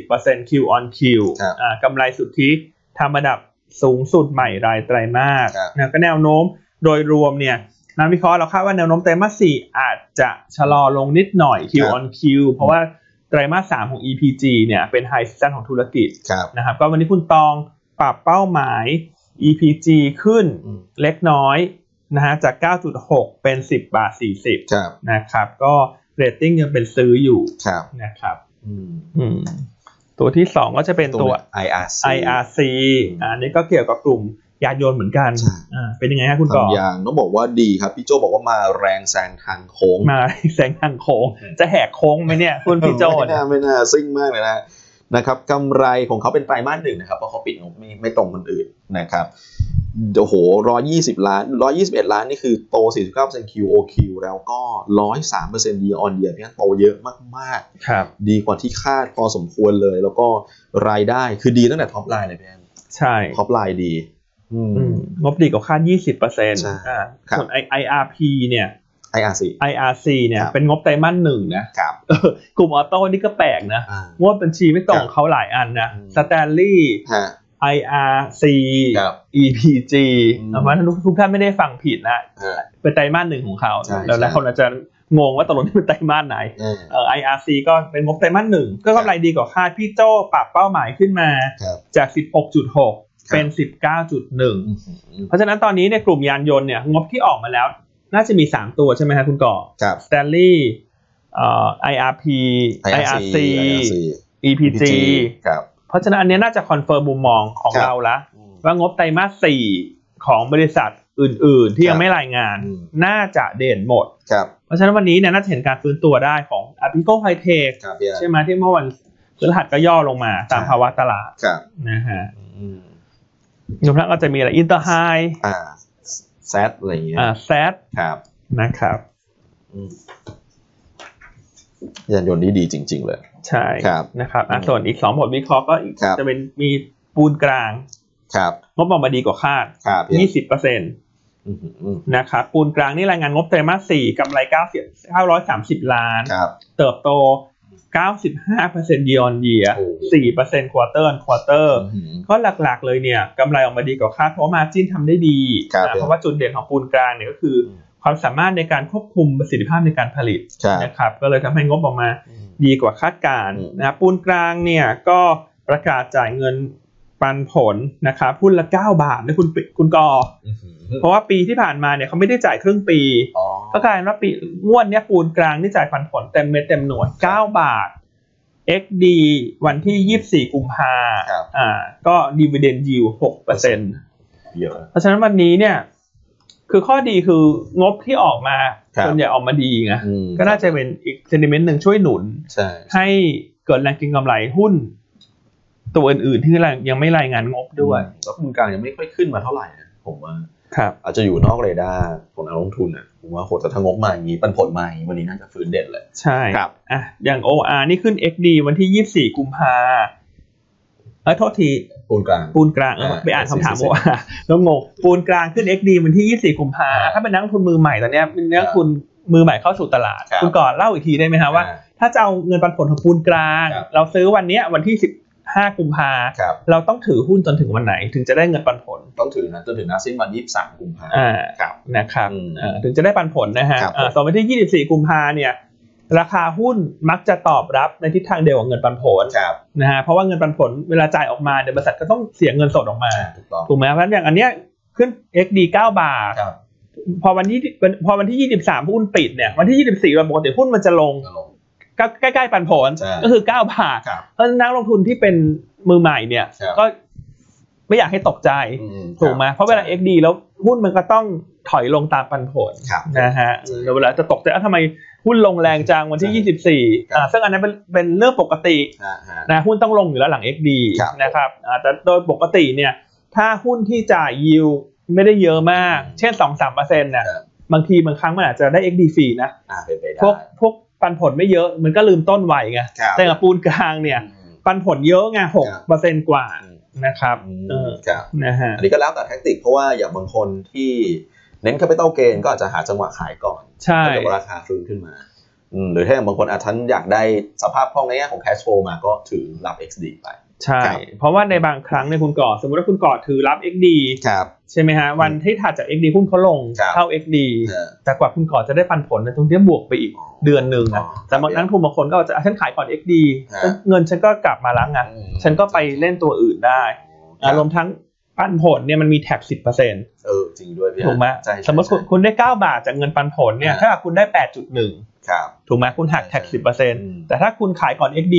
Speaker 1: 40% Q on Q
Speaker 2: ครับ
Speaker 1: อ่ากำไรสุทธิทำระดับสูงสุดใหม่รายไตรมาส
Speaker 2: ครับ
Speaker 1: นะก็แนวโน้มโดยรวมเนี่ยนักวิเคราะห์เราคาดว่าแนวโน้มไตรมาสสี่อาจจะชะลอลงนิดหน่อย Q on Q เพราะว่าไตรมาสสามของ EPG เนี่ยเป็นไฮซีซันของธุรกิจ
Speaker 2: ครับ
Speaker 1: นะครับก็วันนี้คุณตองปรับเป้าหมาย EPG ขึ้น
Speaker 2: อืม
Speaker 1: เล็กน้อยนะฮะจาก 9.6 เป็น 10 บาท
Speaker 2: ครับ
Speaker 1: 40 นะครับก็เรตติ้งยังเป็นซื้ออยู่
Speaker 2: ครับ
Speaker 1: นะครับ
Speaker 2: อืม
Speaker 1: อืมตัวที่ 2 ก็จะเป็นตัว
Speaker 2: ไหน IRC
Speaker 1: IRC อะอันนี้ก็เกี่ยวกับกลุ่มยานยนต์เหมือนกัน
Speaker 2: ใช่
Speaker 1: อ่าเป็นยังไงฮะคุณก่อ
Speaker 2: ทำยางต้องบอกว่าดีครับ พี่โจบอกว่ามาแรงแซงทางโค้ง
Speaker 1: มาแสงทางโค้ง จะแหกโค้งไหมเนี่ย คุณพี่โจ
Speaker 2: ไม่
Speaker 1: เนี่ย
Speaker 2: น่าไม่น่าซิ่งมากเลยนะนะครับกำไรของเขาเป็นไตรมาสหนึ่งนะครับเพราะเขาปิดงบไม่ไม่ตรงคนอื่นนะครับโอ้โหร้อยี่สิบล้านร้อยี่สิบเอ็ดล้านนี่คือโตสี่สิบเก้าเปอร์เซ็นต์ QOQ แล้วก็ร้อยสามเปอร์เซ็นต์ year on year เนี่ยโตเยอะมาก
Speaker 1: ครับ
Speaker 2: ๆ ดีกว่าที่คาดพอสมควรเลย แล้วก็รายได้คือดีตั้งแต่ท็อปไลน์เลยพี่แอน
Speaker 1: ใช่
Speaker 2: ท็อปไลน์ดี อืม
Speaker 1: อืมงบดีกว่าคาด 20%
Speaker 2: ใช่
Speaker 1: อ่า
Speaker 2: ครับ
Speaker 1: ส่วน IRP เนี่ย
Speaker 2: IRC
Speaker 1: IRC เนี่ย
Speaker 2: ครับ
Speaker 1: เป็นงบไตรมาสหนึ่งนะครับ *laughs* เออกลุ่มออโต้นี่ก็แปลกนะ
Speaker 2: อ่า
Speaker 1: งวดบัญชีไม่ตรง
Speaker 2: ครับ
Speaker 1: เขาหลายอันนะ
Speaker 2: อืม
Speaker 1: สแตนลี่
Speaker 2: ฮะ
Speaker 1: IRC
Speaker 2: ครับ
Speaker 1: EPG
Speaker 2: อืม
Speaker 1: เพราะฉะนั้นทุกทุกท่านไม่ได้ฟังผิดนะ
Speaker 2: ฮะ
Speaker 1: เป็นไตรมาสหนึ่งของเขา
Speaker 2: ใช่
Speaker 1: แล้ว
Speaker 2: ใช่
Speaker 1: แล้วคนอาจจะงงว่าตกลงนี่เป็นไตรมาสไหน
Speaker 2: เออ
Speaker 1: เอ่อ IRC ก็เป็นงบไตรมาสหนึ่งก็
Speaker 2: ครับ
Speaker 1: กำไรดีกว่าคาดพี่โจ้ปรับเป้าหมายขึ้นมา
Speaker 2: ครับ
Speaker 1: จาก 16.6 เป็น 19.1 เพราะฉะนั้นตอนนี้เนี่ยกลุ่มยานยนต์เนี่ยงบที่ออกมาแล้ว น่าจะมี 3 ตัวใช่ไหมครับคุณก่อ
Speaker 2: ครับ
Speaker 1: Stanley เอ่อ IRP
Speaker 2: IRC IRC
Speaker 1: EPG
Speaker 2: ครับ
Speaker 1: เพราะฉะนั้นอันเนี้ยน่าจะคอนเฟิร์มมุมมองของ
Speaker 2: ครับ
Speaker 1: เราละว่างบไตรมาสสี่ของบริษัทอื่น ๆ ที่ยั
Speaker 2: ค
Speaker 1: ง
Speaker 2: รับ
Speaker 1: ไม่รายงาน
Speaker 2: อืม
Speaker 1: น่าจะเด่นหมด
Speaker 2: ครับ
Speaker 1: เพราะฉะนั้นวันนี้เนี่ยน่าจะเห็นการฟื้นตัวได้ของ a p i c o High Tech
Speaker 2: ครับพี่แอน
Speaker 1: ใช่ไหมที่เมื่อวันพฤหัสก็ย่อลงมาตามภาวะตลาด
Speaker 2: ครับ
Speaker 1: นะฮะ
Speaker 2: อืม
Speaker 1: รวมทั้งก็จะมีอะไร Inter High
Speaker 2: อ่าแซดอะไรอย่างเงี้ย
Speaker 1: อ่าแซด
Speaker 2: ครับ
Speaker 1: นะครับ
Speaker 2: อืมยานยนต์นี่ดีจริง ๆ เลย
Speaker 1: ใช่
Speaker 2: ครับ
Speaker 1: นะครับอ่ะ
Speaker 2: อืม
Speaker 1: ส่วนอีก 2 ผลวิเคราะห์ก็อีก
Speaker 2: ครับ
Speaker 1: จะเป็นมีปูนกลาง
Speaker 2: ครับ
Speaker 1: งบออกมาดีกว่าคาด
Speaker 2: ครับพี่แอน
Speaker 1: 20%น
Speaker 2: อืมอืม
Speaker 1: ะครับปูนกลางนี่รายงานงบไตรมาส4กำไร 90 930 ล้าน
Speaker 2: ครับ
Speaker 1: เติบโต 95% year on year
Speaker 2: โอ้
Speaker 1: 4% quarter on quarter
Speaker 2: อืม
Speaker 1: ก็หลักๆเลยเนี่ยกำไรออกมาดีกว่าคาดเพราะมาจิ้นทำได้ดี
Speaker 2: ครับ
Speaker 1: นะเพราะว่าจุดเด่นของปูนกลางเนี่ยก็คืออ
Speaker 2: ม
Speaker 1: ความสามารถในการควบคุมประสิทธิภาพในการผลิต
Speaker 2: ครับ
Speaker 1: นะครับก็เลยทำให้งบออกมา ดีกว่าคาดการณ์
Speaker 2: อืม
Speaker 1: นะครับปูนกลางเนี่ยก็ประกาศจ่ายเงินปันผลนะครับหุ้นละ 9 บาทนะคุณปิคุณกอ
Speaker 2: อืม
Speaker 1: เพราะว่าปีที่ผ่านมาเนี่ยเขาไม่ได้จ่ายครึ่งปี
Speaker 2: อ๋อ
Speaker 1: ก็กลายเป็นว่าปีงวดเนี่ยปูนกลางที่จ่ายปันผลเต็มเม็ดเต็มหน่วย 9 บาท XD วันที่ 24 กุมภาอ่าก็ดีเวเดนยิว6เปอร์เซ็นต์
Speaker 2: เยอะ
Speaker 1: เพราะฉะนั้นวันนี้เนี่ยคือข้อดีคืองบที่ออกมา
Speaker 2: ครับ
Speaker 1: ส่วนใหญ่ออกมาดีไง
Speaker 2: อืม
Speaker 1: ก็น่าจะเป็นอีกเซนิเมนต์หนึ่งช่วยหนุน
Speaker 2: ใช่
Speaker 1: ให้เกิดแรงกินกำไรหุ้น ตัวอื่นๆที่ยังไม่รายงานงบด้วย
Speaker 2: แล้วคุณกลางยังไม่ค่อยขึ้นมาเท่าไหร่นะผมว่า
Speaker 1: ครับ
Speaker 2: อาจจะอยู่นอกเรดาร์ของนักลงทุนอ่ะผมว่าโหแต่ถ้างบมาอย่างนี้ปันผลมาอย่างนี้วันนี้น่าจะฟื้นเด่นเลย
Speaker 1: ใช่
Speaker 2: ครับ
Speaker 1: อ่ะอย่าง OR นี่ขึ้น XD วันที่ 24 กุมภาเอ้ยโทษที
Speaker 2: ปูนกลาง
Speaker 1: ปูนกลางเออ
Speaker 2: อ่า
Speaker 1: ไปอ่านคำถาม
Speaker 2: 40
Speaker 1: OR แล้วงงปูนกลางขึ้น XD วันที่ 24 กุมภา
Speaker 2: อ่า
Speaker 1: ถ้าเป็นนักลงทุนมือใหม่ตอนเนี้ยเป็นนักลงทุนมือใหม่เข้าสู่ตลาด
Speaker 2: ครับ
Speaker 1: คุณก่อนเล่าอีกทีได้ไหมฮะว่า
Speaker 2: อ่
Speaker 1: ถ้าจะเอาเงินปันผลของปูนกลาง
Speaker 2: ครับ
Speaker 1: เราซื้อวันเนี้ยวันที่ 15 กุมภา
Speaker 2: ครับ
Speaker 1: เราต้องถือหุ้นจนถึงวันไหน ถึงจะได้เงินปันผล
Speaker 2: ต้องถือนะจนถึงนะสิ้นวันที่สามกุมภาพันธ์
Speaker 1: อ่า
Speaker 2: ครับ
Speaker 1: นะครับ
Speaker 2: อืม
Speaker 1: เอ่อถึงจะได้ปันผลนะฮะ
Speaker 2: ครับผม
Speaker 1: เอ่อส่วนวันที่ 24 กุมภาเนี่ย ราคาหุ้นมักจะตอบรับในทิศทางเดียวกับเงินปันผล
Speaker 2: ครับ
Speaker 1: นะฮะเพราะว่าเงินปันผลเวลาจ่ายออกมาเนี่ยบริษัทก็ต้องเสียเงินสดออกมา
Speaker 2: ถูกต้อง
Speaker 1: ถูกไหมเพราะฉะนั้นอย่างอันเนี้ยขึ้น XD 9 บาท
Speaker 2: ครับ
Speaker 1: พอวันที่พอวันที่ 23หุ้นปิดเนี่ยวันที่ 24วันปกติหุ้นมันจะลง
Speaker 2: จะลง
Speaker 1: ก็ใกล้ๆปันผล
Speaker 2: ใช่
Speaker 1: ก็คือ 9 บาท
Speaker 2: ครับ
Speaker 1: เพราะฉะนั้นนักลงทุนที่เป็นมือใหม่เนี่ย
Speaker 2: ครับ
Speaker 1: ก็ไม่อยากให้ตกใจ
Speaker 2: อืครับ
Speaker 1: ถูกไหมเพราะเวลา XD แล้วหุ้นมันก็ต้องถอยลงตามปันผล
Speaker 2: ครับ
Speaker 1: นะฮะแล้วเวลาจะตกใจอ่ะทำไมหุ้นลงแรงจังวันที่ 24อ่าซึ่งอันนั้นเป็นเป็นเรื่องปกติ
Speaker 2: อ่าฮะ
Speaker 1: นะหุ้นต้องลงอยู่แล้วหลัง XD
Speaker 2: ครับ
Speaker 1: นะครับอ่าแต่โดยปกติเนี่ย ถ้าหุ้นที่จ่ายยิวไม่ได้เยอะมาก เช่น 2-3%เนี่ย
Speaker 2: ครับ
Speaker 1: บางทีบางครั้งมันอาจจะได้ XD ฟรีนะ
Speaker 2: อ่าเป็นไปได้
Speaker 1: พวกพวกปันผลไม่เยอะมันก็ลืมต้นไวไง
Speaker 2: ครับ
Speaker 1: แต่กับปูนกลางเนี่ย
Speaker 2: อืม
Speaker 1: ปันผลเยอะไงหก
Speaker 2: ครับ
Speaker 1: เปอร์เซ็นต์กว่า
Speaker 2: อืม
Speaker 1: นะครับเออ
Speaker 2: ครับ
Speaker 1: นะฮะ
Speaker 2: อันนี้ก็แล้วแต่แท็กติกเพราะว่าอย่างบางคนที่เน้น capital gain ก็อาจจะหาจังหวะขายก่อน
Speaker 1: ใช่
Speaker 2: ถ้าเกิดว่าราคาฟื้นขึ้นมาอืมหรือถ้าอย่างบางคนอาจจะอยากได้สภาพคล่องในแง่ของ cash flow มาก็ถือรับ XD ไป
Speaker 1: ใช่
Speaker 2: ครับ
Speaker 1: เพราะว่าในบางครั้งในยคุณก่อ สมมติว่าคุณก่อถือรับ XD
Speaker 2: ครับ
Speaker 1: ใช่ไหมฮะ วันที่ถัดจาก XD หุ้นเขาลง
Speaker 2: ครับ
Speaker 1: เข้า XD แต่กว่าคุณก่อจะได้ปันผลเนยตรงเนี้ยบวกไปอีกเดือนหนึ่งนะแต่บางนักทุนบางคนก็อาจจะอ่ะฉันขายก่อน XD
Speaker 2: ฮะ
Speaker 1: เงินฉันก็กลับมาล้างงานฉันก็ไปเล่นตัวอื่นได้อ่ะรวมทั้งปันผลเนี่ยมันมีแท็ก 10%
Speaker 2: เออจริงด้วยพี่
Speaker 1: ถูกไหม
Speaker 2: ใช่ใช่
Speaker 1: สมมติคุณ
Speaker 2: ใช่
Speaker 1: คุณได้ 9 บาทจากเงินปันผลเนี่ย
Speaker 2: อ่า
Speaker 1: ถ้าคุณได้ 8.1
Speaker 2: ครับ
Speaker 1: ถูกไหมคุณหักแท็ก
Speaker 2: ใช่ม
Speaker 1: 10%แต่ถ้าคุณขายก่อน XD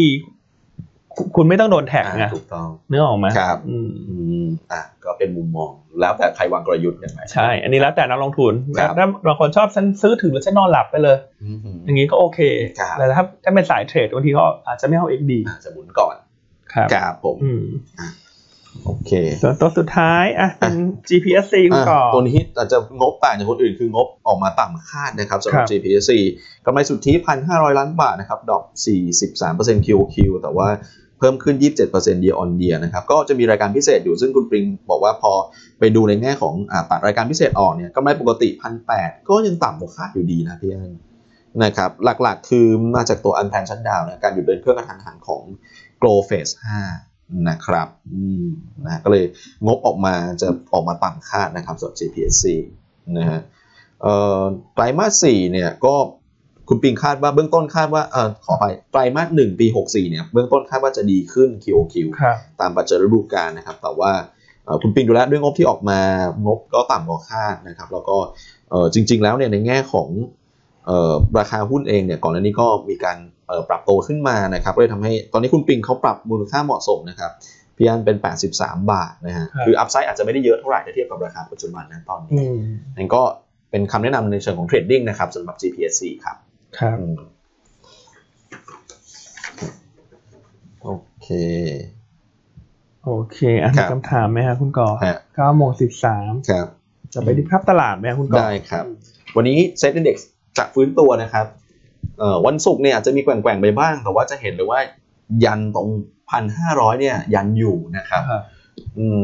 Speaker 1: คุณคุณไม่ต้องโดนแท็กไง
Speaker 2: อ่าถูกต้อง
Speaker 1: เนื้อออกไหม
Speaker 2: ครับ
Speaker 1: อืม
Speaker 2: อืมอ่ะก็เป็นมุมมอง แล้วแต่ใครวางกลยุทธ์ยังไง
Speaker 1: ใช่ อันนี้แล้วแต่นักลงทุน
Speaker 2: ครับ
Speaker 1: ถ้าบางคนชอบฉันซื้อถึงแล้วฉันนอนหลับไปเลย
Speaker 2: อืม
Speaker 1: อย่างนี้ก็โอเค
Speaker 2: ครับ
Speaker 1: แต่ถ้าถ้าเป็นสายเทรดบางทีก็อาจจะไม่เอา XD
Speaker 2: อ่ะจะหมุนก่อน
Speaker 1: ครับ
Speaker 2: ครับผม
Speaker 1: อืม
Speaker 2: โอเค
Speaker 1: ส่วนตัวสุดท้ายอ่ะเป็น GPSC คุณก่อ
Speaker 2: อ่ะตัวนี้อาจจะงบต่างจากคนอื่นคืองบออกมาต่ำคาดนะครับสำหรับ
Speaker 1: ครับ
Speaker 2: GPC กำไรสุทธิ 1,500 ล้านบาทนะครับดอก 43% QQ แต่ว่าเพิ่มขึ้น 27% year on year นะครับก็จะมีรายการพิเศษอยู่ซึ่งคุณปริงบอกว่าพอไปดูในแง่ของอ่าตัดรายการพิเศษออกเนี่ยกำไรปกติ 1,800 ก็ยังต่ำกว่าคาดอยู่ดีนะพี่อันนะครับหลักๆคือมาจากตัวอันแพนชั้นดาวนะการหยุดเดินเครื่องกระทันหันของ Grow Phase 5นะครับอืมนะก็เลย งบออกมาจะออกมาต่ำคาดนะครับสำหรับ GPSC นะฮะเอ่อไตรมาสสี่เนี่ยก็คุณปิงคาดว่าเบื้องต้นคาดว่าเออขอไปไตรมาสหนึ่งปี 64เนี่ยเบื้องต้นคาดว่าจะดีขึ้น QOQ
Speaker 1: ครับ
Speaker 2: ตามปัจจัยฤดูกาลนะครับ แต่ว่าเอ่อคุณปิงดูแล้วด้วยงบที่ออกมางบก็ต่ำกว่าคาดนะครับ แล้วก็เอ่อจริง ๆ แล้วเนี่ยในแง่ของเอ่อราคาหุ้นเองเนี่ยก่อนหน้านี้ก็มีการเอ่อปรับตัวขึ้นมานะครับก็เลยทำให้ตอนนี้คุณปิงเขาปรับมูลค่าเหมาะสมนะครับพี่อันเป็น 83 บาทนะฮะ
Speaker 1: ครับ
Speaker 2: คืออัพไซด์อาจจะไม่ได้เยอะเท่าไหร่ถ้าเทียบกับราคาปัจจุบันนะตอน
Speaker 1: อื
Speaker 2: นี้
Speaker 1: ม
Speaker 2: นั่นก็เป็นคำแนะนำในเชิงของเทรดดิ้งนะครับสำหรับ GPSC ครับ
Speaker 1: ครับ
Speaker 2: อืมโอเค
Speaker 1: โอเคอ่ะมี
Speaker 2: ครับ
Speaker 1: คำถามไหมฮะคุณก่อ
Speaker 2: ฮะ
Speaker 1: 9โมง13
Speaker 2: ครับ
Speaker 1: จะไปดูภาพตลาดไหมครับคุณกอล์ฟ
Speaker 2: ได้ครับ วันนี้เซ็ตอินเด็กซ์จะฟื้นตัวนะครับเอ่อวันศุกร์เนี่ยอาจจะมีแกว่งๆไปบ้าง แต่ว่าจะเห็นเลยว่ายันตรงพันห้าร้อยเนี่ยยันอยู่นะครับ
Speaker 1: ครับ
Speaker 2: อืม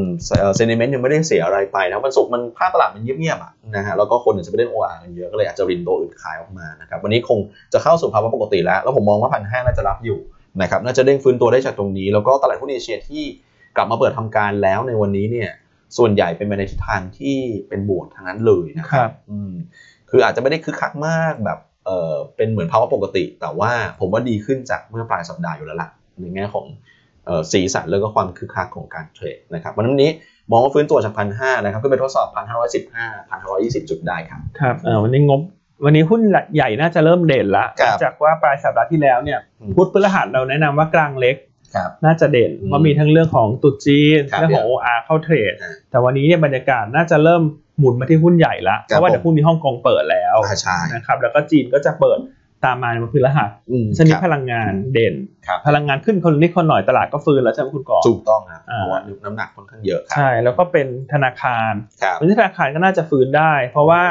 Speaker 2: เซนิเมนต์ยังไม่ได้เสียอะไรไปนะวันศุกร์มันภาพตลาดมันเงียบๆอะนะฮะแล้วก็คนอาจจะไม่ได้โออากันเยอะก็เลยอาจจะรินตัวอื่นขายออกมานะครับวันนี้คงจะเข้าสู่ภาวะปกติแล้ว แล้วผมมองว่าพันห้าน่าจะรับอยู่นะครับน่าจะเด้งฟื้นตัวได้จากตรงนี้ แล้วก็ตลาดหุ้นเอเชียที่กลับมาเปิดทำการแล้วในวันนี้เนี่ยส่วนใหญ่เป็นไปในทิศทางที่เป็นบวกทั้งนั้นเลยนะค
Speaker 1: ครั
Speaker 2: รับ
Speaker 1: บ
Speaker 2: อืมคืออาจจะไม่ได้คึกคักมากแบบเออเป็นเหมือนภาวะปกติ แต่ว่าผมว่าดีขึ้นจากเมื่อปลายสัปดาห์อยู่แล้วล่ะในแง่ของเอ่อสีสันแล้วก็ความคึกคักของการเทรดนะครับวันนี้มองว่าฟื้นตัวจากพันห้านะครับก็เป็นทดสอบพันห้าร้อยสิบห้าพันห้าร้อยี่สิบจุดได้ครับ
Speaker 1: ครับเอ่อวันนี้งบ วันนี้หุ้นใหญ่น่าจะเริ่มเด่นละ
Speaker 2: ครับ
Speaker 1: จากว่าปลายสัปดาห์ที่แล้วเนี่ย
Speaker 2: อืม
Speaker 1: พุธพฤหัสเราแนะนำว่ากลางเล็ก
Speaker 2: ครับ
Speaker 1: น่าจะเด่น
Speaker 2: อืม
Speaker 1: เพราะมีทั้งเรื่องของตรุษจีน
Speaker 2: ครับ
Speaker 1: เรื่องของ OR เข้าเทรด
Speaker 2: อ่า
Speaker 1: แต่วันนี้เนี่ยบรรยากาศน่าจะเริ่มหมุนมาที่หุ้นใหญ่ละ
Speaker 2: ครับ
Speaker 1: เพราะว่าเดี๋ยว
Speaker 2: ผม
Speaker 1: พรุ่งนี้ฮ่องกงเปิดแล้ว
Speaker 2: อ่าใช่
Speaker 1: นะครับแล้วก็จีนก็จะเปิดตามมาในวันพฤหัส
Speaker 2: อืม
Speaker 1: ชนิด
Speaker 2: ค
Speaker 1: พ
Speaker 2: รับ
Speaker 1: ลังงานเด่น
Speaker 2: ครับ
Speaker 1: พลังงานขึ้นคนนิดคนหน่อยตลาดก็ฟื้นแล้วใช่ไหมคุณกอล์ฟ
Speaker 2: ถูกต้องครับ
Speaker 1: อ่า
Speaker 2: เพราะว่าน้ำหนักค่อนข้างเยอะครับ
Speaker 1: ใช่แล้วก็เป็นธนาคาร
Speaker 2: ครับ
Speaker 1: วันนี้ธนาคารก็น่าจะฟื้นได้ เพราะว่า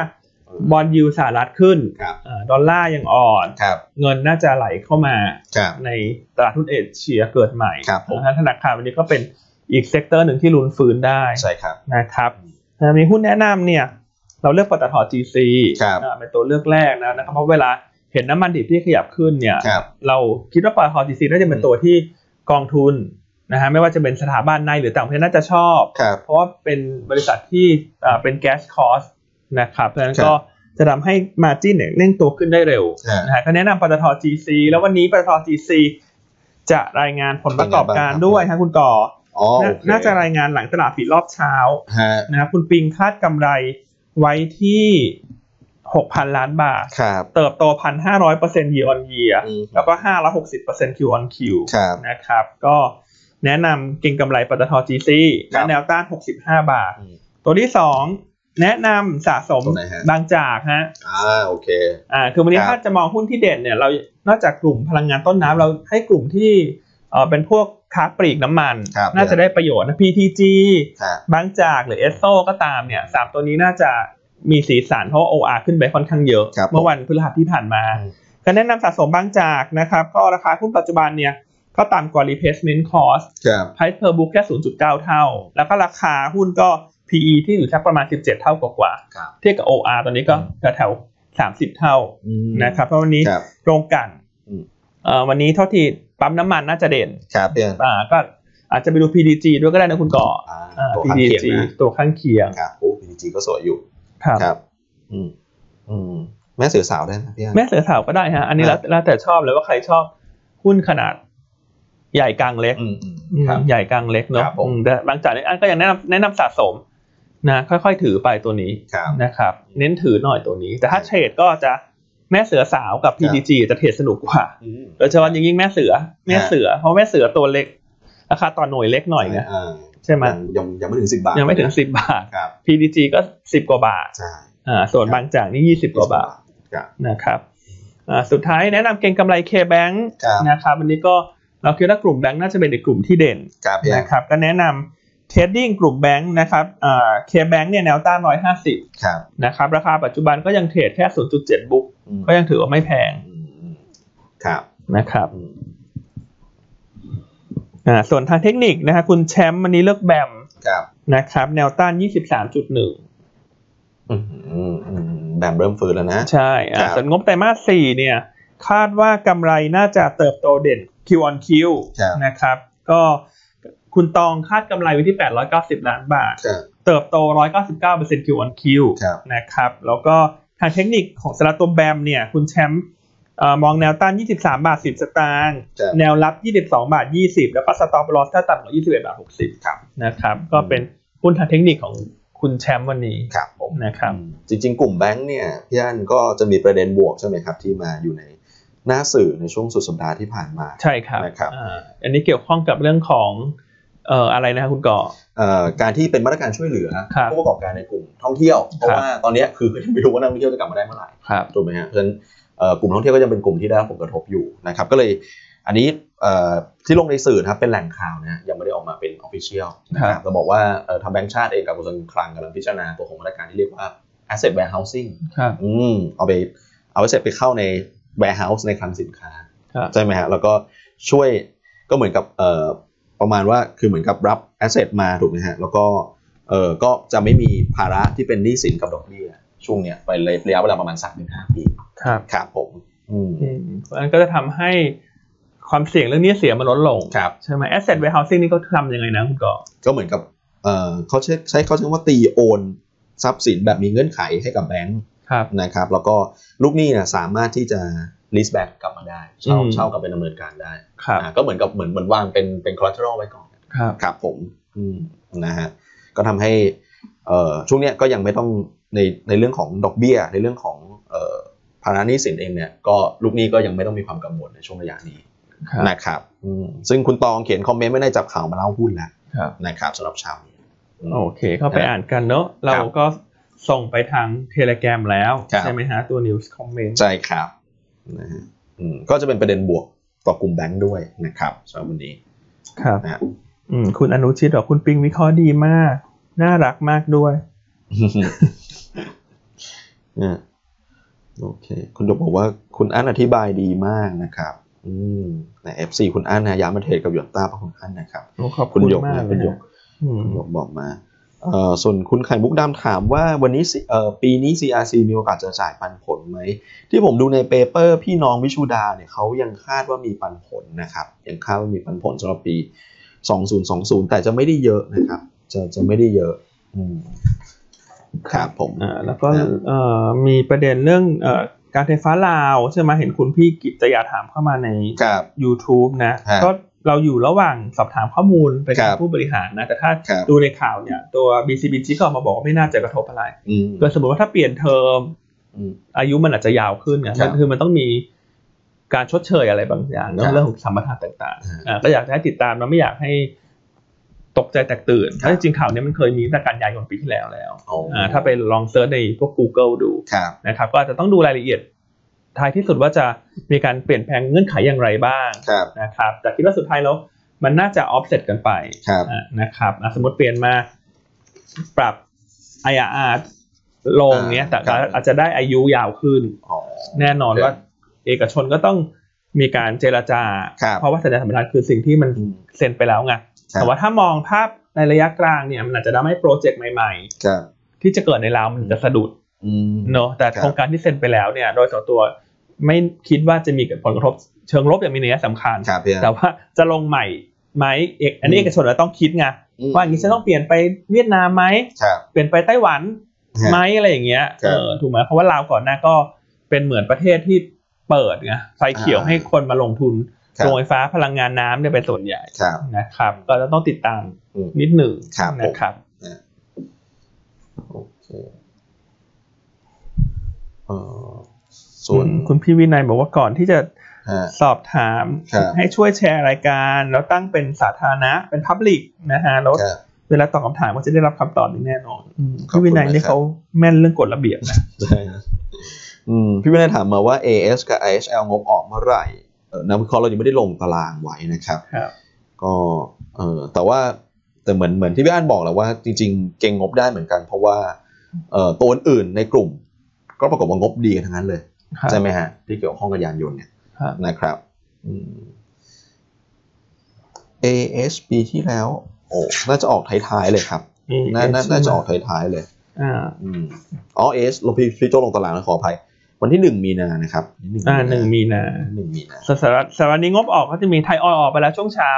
Speaker 1: บอลยูสหรัฐขึ้น
Speaker 2: ครับ
Speaker 1: อาดอลลาร์ยังอ่อน
Speaker 2: ครับ
Speaker 1: เงินน่าจะไหลเข้ามา
Speaker 2: ครับ
Speaker 1: ในตลาดหุ้นเอเชียเกิดใหม่
Speaker 2: ครับผม
Speaker 1: นะฮะธนาคารวันนี้ก็เป็นอีกเซกเตอร์หนึ่งที่ลุ้นฟื้นได้
Speaker 2: ใช่ครับ
Speaker 1: นะครับอ่ามีหุ้นแนะนำเนี่ย เราเลือกปตท GC
Speaker 2: ครับ
Speaker 1: อ่าเป็นตัวเลือกแรกนะนะครับเพราะเวลาเห็นน้ำมันดิบที่ขยับขึ้นเนี่ย
Speaker 2: ครับ
Speaker 1: เราคิดว่าปตท GC น่าจะเป็นตัวที่กองทุนนะฮะไม่ว่าจะเป็นสถาบันในหรือต่างประเทศน่าจะชอบ
Speaker 2: ครับ
Speaker 1: เพราะว่าเป็นบริษัทที่อ่าเป็นแก๊สคอสนะครับเพราะฉะนั้นก็ จะทำให้มาจินเนี่ยเร่งตัวขึ้นได้เร็วนะฮะก็แนะนำปตท GC แล้ววันนี้ปตท GC จะรายงานผลประกอบการด้วยฮะคุณก่อ
Speaker 2: อ๋อ
Speaker 1: น่า
Speaker 2: โอเค
Speaker 1: น่าจะรายงานหลังตลาดปิดรอบเช้า
Speaker 2: ฮะ
Speaker 1: นะครับคุณปิงคาดกำไรไว้ที่ 6,000 ล้านบาท
Speaker 2: ครับ
Speaker 1: เติบโต 1,500% year on year
Speaker 2: อืม
Speaker 1: แล้วก็ 560% Q on Q
Speaker 2: ครับ
Speaker 1: นะครับ ก็แนะนำเก็งกำไรปตท GC
Speaker 2: ครั
Speaker 1: และ
Speaker 2: บ
Speaker 1: แนวต้าน 65 บาท
Speaker 2: อืม
Speaker 1: ตัวที่ 2 แนะนำสะสม
Speaker 2: ตัวไหนฮะ
Speaker 1: บางจากฮะ
Speaker 2: อ่าโอเค
Speaker 1: อ่าคือวัน
Speaker 2: ค
Speaker 1: นี้
Speaker 2: รับ
Speaker 1: ถ้าจะมองหุ้นที่เด่นเนี่ยเรานอกจากกลุ่มพลังงานต้นน้ำเราให้กลุ่มที่เอ่อเป็นพวกค้าปลีกน้ำมัน
Speaker 2: ครับ
Speaker 1: น่าจะได้ประโยชน์นะ PTG
Speaker 2: ฮะ
Speaker 1: บางจากหรือเอสโซก็ตามเนี่ยสามตัวนี้น่าจะมีสีสันเพราะโออาขึ้นไปค่อนข้างเยอะ
Speaker 2: ครับผม
Speaker 1: เมื่อวันพฤหัสที่ผ่านมา
Speaker 2: อืม
Speaker 1: ก็แนะนำสะสมบางจากนะครับ ก็ราคาหุ้นปัจจุบันเนี่ย ก็ต่ำกว่า replacement cost
Speaker 2: ครับ
Speaker 1: price per book แค่ 0.9 เท่า แล้วก็ราคาหุ้นก็ PE ที่อยู่สักประมาณ 17 เท่ากว่าๆ
Speaker 2: ครับ
Speaker 1: เทียบกับ OR ตอนนี้ก็แถวๆ30 เท่านะครับเพราะวันนี้
Speaker 2: ครับ
Speaker 1: โรงกลัน
Speaker 2: อืม
Speaker 1: เอ่อวันนี้เท่าที่ปั๊มน้ำมันน่าจะเด่น
Speaker 2: ครับเพื่อน
Speaker 1: อ่าก็อาจจะไปดู PDG ด้วยก็ได้นะคุณก่อ
Speaker 2: อ่า
Speaker 1: อ่า
Speaker 2: ตัวข้างเคียง
Speaker 1: PDG
Speaker 2: นะ
Speaker 1: ตัวข้างเคียง
Speaker 2: ครับโอ้พีจีก็สวยอยู่
Speaker 1: ครับ
Speaker 2: ครับ อืม อืม แม่เสือสาวได้นะพี่อัน
Speaker 1: แม่เสือสาวก็ได้ฮะ อันนี้
Speaker 2: ครั
Speaker 1: แล้ว
Speaker 2: บ
Speaker 1: แล้วแต่ชอบเลยว่าใครชอบหุ้นขนาดใหญ่กลางเล็ก
Speaker 2: อืมอืมครับ
Speaker 1: อืมใหญ่กลางเล็ก
Speaker 2: ค
Speaker 1: เน
Speaker 2: รั
Speaker 1: อะ
Speaker 2: บผม
Speaker 1: อืมแต่บางจากเนี่ยอันก็ยังแนะนำแนะนำสะสมนะค่อยๆถือไปตัวนี้
Speaker 2: ครับ
Speaker 1: นะครับ เน้นถือหน่อยตัวนี้ แต่ถ้าเทรดก็จะแม่เสือสาวกับ
Speaker 2: ครับ
Speaker 1: PDG จะเทรดสนุกกว่า
Speaker 2: อืม
Speaker 1: โดยเฉพาะอย่างยิ่งแม่เสือแม่เสือเพราะแม่เสือตัวเล็กราคาต่อหน่วยเล็กหน่อยนะ
Speaker 2: อ่า
Speaker 1: ใช่ไหม
Speaker 2: ยังยังยังไม่ถึงสิบบาท
Speaker 1: ยังไม่ถึงสิบบาท
Speaker 2: ครับ
Speaker 1: PDG ก็สิบกว่าบาท
Speaker 2: ใช่
Speaker 1: อ่าส่วนบางจากนี่ยี่สิบกว่าบาท
Speaker 2: ครับ
Speaker 1: นะครับอ่าสุดท้ายแนะนำเก็งกำไร K-Bank
Speaker 2: ครับ
Speaker 1: นะครับวันนี้ก็เราคิดว่ากลุ่มแบงก์น่าจะเป็นอีกกลุ่มที่เด่น
Speaker 2: ครับพี่อัน
Speaker 1: นะครับก็แนะนำเทรดดิ้งกลุ่มแบงก์นะครับอ่า K-Bank เนี่ยแนวต้าน 150
Speaker 2: ครับ
Speaker 1: นะครับราคาปัจจุบันก็ยังเทรดแค่ 0.7 บุ๊ก
Speaker 2: อืม
Speaker 1: ก็ยังถือว่าไม่แพง
Speaker 2: อืมอืมครับ
Speaker 1: นะครับ
Speaker 2: อืม
Speaker 1: อ่าส่วนทางเทคนิคนะฮะคุณแชมป์วันนี้เลือกแบม
Speaker 2: ครับ
Speaker 1: นะครับแนวต้าน 23.1
Speaker 2: อืมอืมอืมแบมเริ่มฟื้นแล้วนะ
Speaker 1: ใช่อ่า
Speaker 2: ครับ
Speaker 1: ส่วนงบไตรมาส 4 เนี่ย คาดว่ากำไรน่าจะเติบโตเด่น Q on Q
Speaker 2: ครับ
Speaker 1: นะครับ ก็คุณตองคาดกำไรไว้ที่ 890 ล้านบาท
Speaker 2: ครับ
Speaker 1: เติบโต 199% Q on Q
Speaker 2: ครับ
Speaker 1: นะครับ แล้วก็ทางเทคนิคของสลัดตัวแบมเนี่ย คุณแชมป์เอ่อมองแนวต้าน 23 บาท 10 สตางค์
Speaker 2: ครับ
Speaker 1: แนวรับ 22 บาท 20 แล้วก็สต็อปลอสถ้าต่ำกว่า 21 บาท 60 ครับ นะครับ ก็เป็นหุ้นทางเทคนิคของคุณแชมป์วันนี้
Speaker 2: ครับผม
Speaker 1: นะครับ
Speaker 2: อืมจริง ๆ กลุ่มแบงก์เนี่ยพี่อันก็จะมีประเด็นบวกใช่ไหมครับ ที่มาอยู่ในหน้าสื่อในช่วงสุดสัปดาห์ที่ผ่านมา
Speaker 1: ใช่ครับ
Speaker 2: นะครับ
Speaker 1: อ่าอันนี้เกี่ยวข้องกับเรื่องของเอ่ออะไรนะครับคุณก่อ
Speaker 2: เอ่อการที่เป็นมาตรการช่วยเหลือ
Speaker 1: ครับ
Speaker 2: ผู้ประกอบการในกลุ่มท่องเที่ยว เพราะ
Speaker 1: ครับ
Speaker 2: ว่าตอนเนี้ยคือก็ยังไม่รู้ว่านักท่องเที่ยวจะกลับมาได้เมื่อไหร่
Speaker 1: ครับ
Speaker 2: ถูกไหมฮะเพราะฉะนั้นเอ่อกลุ่มท่องเที่ยวก็ยังเป็นกลุ่มที่ได้รับผลกระทบอยู่นะครับก็เลยอันนี้เอ่อที่ลงในสื่อนะครับเป็นแหล่งข่าวนะยังไม่ได้ออกมาเป็นออฟฟิเชียลนะครับจะบอกว่าเอ่อทางแบงก์ชาติเองกับกระทรวงการคลังกำลังพิจารณาตัวของมาตรการที่เรียกว่า asset warehousing
Speaker 1: ครับ
Speaker 2: อืมเอาไปเอาไปเสร็จไปเข้าใน warehouse ในคลังสินค้า
Speaker 1: ครับ
Speaker 2: ใช่ไหมฮะแล้วก็ช่วยก็เหมือนกับเอ่อประมาณว่าคือเหมือนกับรับ asset มาถูกไหมฮะแล้วก็เอ่อก็จะไม่มีภาระที่เป็นหนี้สินกับดอกเบี้ยช่วงเนี้ยไประยะเวลาประมาณสักหนึ่งห้าปี
Speaker 1: ครับ
Speaker 2: ครับผมอืม
Speaker 1: อืมเพราะฉะนั้นก็จะทำให้ความเสี่ยงเรื่องหนี้เสียมันลดลง
Speaker 2: ครับ
Speaker 1: ใช่ไหม asset warehousing นี่เขาทำยังไงนะคุณก่อ
Speaker 2: ก็เหมือนกับเอ่อเขาใช้ใช้เขาใช้คำว่าตีโอน ทรัพย์สินแบบมีเงื่อนไขให้กับแบงก์
Speaker 1: ครับ
Speaker 2: นะครับแล้วก็ลูกหนี้เนี่ยสามารถที่จะ lease back กลับมาได้เช่า
Speaker 1: อืม
Speaker 2: เช่ากลับไปดำเนินการได้
Speaker 1: ครับ
Speaker 2: อ่าก็เหมือนกับเหมือนเหมือนวางเป็นเป็น collateral ไว้ก่อน
Speaker 1: ครับ
Speaker 2: ครับผมอืมนะฮะก็ทำให้เอ่อช่วงเนี้ยก็ยังไม่ต้องในในเรื่องของดอกเบี้ย ในเรื่องของเอ่อภาระหนี้สินเองเนี่ยก็ลูกหนี้ก็ยังไม่ต้องมีความกังวลในช่วงระยะนี้
Speaker 1: ครับ
Speaker 2: นะครับอืมซึ่งคุณตองเขียนคอมเมนต์ไม่ได้จับข่าวมาเล่าหุ้นแล้ว
Speaker 1: ครับ
Speaker 2: นะครับสำหรับเช้านี้อืม
Speaker 1: โอเค เข้าไปอ่านกันเนอะ เราก็ส่งไปทางเทเล gram แล้ว
Speaker 2: ครับ
Speaker 1: ใช่ไหมฮะ ตัว news comment
Speaker 2: ใช่ครับนะฮะอืมก็จะเป็นประเด็นบวกต่อกลุ่มแบงค์ด้วยนะครับสำหรับวันนี้
Speaker 1: ครับ
Speaker 2: นะฮะ
Speaker 1: อืม คุณอนุชิตบอกคุณปิงวิเคราะห์ดีมาก น่ารักมากด้วย
Speaker 2: *laughs* เนี่ยโอเค คุณดกบอกว่าคุณอั้นอธิบายดีมากนะครับ อืมใน F4 คุณอั้นนะย้ำมาเทรดกับหยวนต้าปะคุณอั้นนะครับ
Speaker 1: โอ้ขอบ
Speaker 2: คุ
Speaker 1: คุณ ณ
Speaker 2: หยก
Speaker 1: มาก
Speaker 2: นะคุณหยก
Speaker 1: อืม
Speaker 2: คุณหยกบอกมาเอ่อส่วนคุณไข่มุกดำถามว่าวันนี้ C- เอ่อปีนี้ CRC มีโอกาสจะจ่ายปันผลไหม ที่ผมดูในเปเปอร์ พี่น้องวิชูดาเนี่ยเขายังคาดว่ามีปันผลนะครับ ยังคาดว่ามีปันผลสำหรับปี 2020 แต่จะไม่ได้เยอะนะครับ จะจะไม่ได้เยอะ อืม ครับผม
Speaker 1: อ่าแล้วก็
Speaker 2: ครับ
Speaker 1: เอ่อมีประเด็นเรื่องเอ่อการไฟฟ้าลาวใช่ไหมเห็นคุณพี่กิจจะอยากถามเข้ามาใน
Speaker 2: ครับ
Speaker 1: YouTube นะ
Speaker 2: ฮะ
Speaker 1: ก็เราอยู่ระหว่างสอบถามข้อมูลไป
Speaker 2: ค
Speaker 1: ทา
Speaker 2: รั
Speaker 1: ง
Speaker 2: บ
Speaker 1: ผู้บริหารนะ แต่ถ้า
Speaker 2: ครับ
Speaker 1: ดูในข่าวเนี่ย ตัว BCBG ก็ออกมาบอกว่าไม่น่าจะกระทบอะไร
Speaker 2: อืม
Speaker 1: ก็สมมติว่าถ้าเปลี่ยนเทอมอายุมันอาจจะยาวขึ้นเนี่ย
Speaker 2: ครับ
Speaker 1: คือมันต้องมีการชดเชยอะไรบางอย่าง
Speaker 2: ครั
Speaker 1: เรื่อบ งเรื่องของสัมปทานต่าง
Speaker 2: ฮะ
Speaker 1: ๆอ่าก็อยากจะให้ติดตามเราไม่อยากให้ตกใจแตกตื่น
Speaker 2: ครับ
Speaker 1: เพราะจริงๆข่าวเนี้มันเคยมีตั้งแต่กันยายนปีที่แล้วแล้ว
Speaker 2: อ๋ออ่
Speaker 1: อ่าถ้าไปลองเซิร์ชในพวก Google ดู
Speaker 2: ครับ
Speaker 1: นะครับก็อาจจะต้องดูรายละเอียดท้ายที่สุดว่าจะมีการเปลี่ยนแปลงเงื่อนไขอย่างไรบ้าง
Speaker 2: ครับ
Speaker 1: นะครับแต่คิดว่าสุดท้ายแล้วมันน่าจะ offset กันไป
Speaker 2: ครับ
Speaker 1: อ่ะนะครับอ่ะสมมติเปลี่ยนมาปรับ IRR ลงเนี้ย
Speaker 2: อ่า
Speaker 1: แต่
Speaker 2: ครับ
Speaker 1: อาจจะได้อายุยาวขึ้น
Speaker 2: อ๋อ
Speaker 1: แน่นอน
Speaker 2: ครับ
Speaker 1: ว่าเอกชนก็ต้องมีการเจรจา
Speaker 2: ครับ
Speaker 1: เพราะว่าสัญญาสัมปทานคือสิ่งที่มัน
Speaker 2: อืม
Speaker 1: เซ็นไปแล้ว
Speaker 2: ค
Speaker 1: ไง
Speaker 2: รับ
Speaker 1: แต่ว่าถ้ามองภาพในระยะกลางเนี่ยมันอาจจะทำให้โปรเจกต์ใหม่
Speaker 2: ครับ
Speaker 1: ๆ ที่จะเกิดในลาวมันจะสะดุด
Speaker 2: อืม
Speaker 1: เนาะแต่
Speaker 2: ครับ
Speaker 1: โครงการที่เซ็นไปแล้วเนี่ย โดยส่วนตัวไม่คิดว่าจะมีผลกระทบเชิงลบอย่างมีนัยสำคัญ
Speaker 2: ครับพี่
Speaker 1: แต่ว่าจะลงใหม่ไหมเอกอันนี้เอกชนเราต้องคิดไง
Speaker 2: ม
Speaker 1: ว่าอย่างนี้ฉันต้องเปลี่ยนไปเวียดนามไหม
Speaker 2: ครับ
Speaker 1: เปลี่ยนไปไต้หวัน
Speaker 2: ฮะ
Speaker 1: ไหมอะไรอย่างเงี้ย
Speaker 2: ครับ
Speaker 1: เออถูกไหมเพราะว่าลาวก่อนหน้าก็เป็นเหมือนประเทศที่เปิดไงไฟเขียว
Speaker 2: อ่า
Speaker 1: ให้คนมาลงทุน
Speaker 2: ครับ
Speaker 1: โรงไฟฟ้าพลังงานน้ำเนี่ยเป็นส่วนใหญ่
Speaker 2: ครับ
Speaker 1: นะครับ ก็จะต้องติดตาม
Speaker 2: อืม
Speaker 1: นิดหนึ่ง
Speaker 2: ครับผม
Speaker 1: นะครับ
Speaker 2: โอเคเออส่วน
Speaker 1: คุณพี่วินัยบอกว่าก่อนที่จะ
Speaker 2: ฮะ
Speaker 1: สอบถาม
Speaker 2: ครับ
Speaker 1: ให้ช่วยแชร์รายการ แล้วตั้งเป็นสาธารณะเป็นพับลิกนะฮะแล้ว
Speaker 2: ครับ
Speaker 1: *laughs* เวลาตอบคำถามก็จะได้รับคำตอบอย่างแน่นอนอืม
Speaker 2: ขอบคุ
Speaker 1: พี่
Speaker 2: ณ
Speaker 1: วินัยนี่
Speaker 2: มากครับ
Speaker 1: เขาแม่นเรื่องกฎระเบียบนะ
Speaker 2: ใช่ครับอืมพี่วินัยถามมาว่า AS กับ IHL งบออกเมื่อไหร่เอ่อนักวิเคราะห์เรายังไม่ได้ลงตารางไว้นะครับ
Speaker 1: ครับ
Speaker 2: ก็เออแต่ว่าแต่เหมือนเหมือนที่พี่อันบอกแหล้วว่าจริง ๆ เก่งงบได้เหมือนกัน เพราะว่าเอ่อตัวอื่นๆในกลุ่ม ก็ปรากฏว่างบดีกันทั้งนั้นเลย ใช่ไหมฮะ ที่เกี่ยวข้องกับยานยนต์เนี่ย
Speaker 1: ครับ
Speaker 2: นะครับอืม AS ปีที่แล้ว โอ้น่าจะออกท้ายๆเลยครับน่าน่าน่าจะออกท้ายๆเลย
Speaker 1: อ่า
Speaker 2: อืมอ๋อเอสลงพี่พี่โจลงตารางนะขออภัย วันที่หนึ่งมีนานะครับ
Speaker 1: อ่าหนึ่งมีนา
Speaker 2: หนึ่งมีนา
Speaker 1: สสารสารนี้งบออกก็จะมีไทยออยออกไปแล้วช่วงเช้า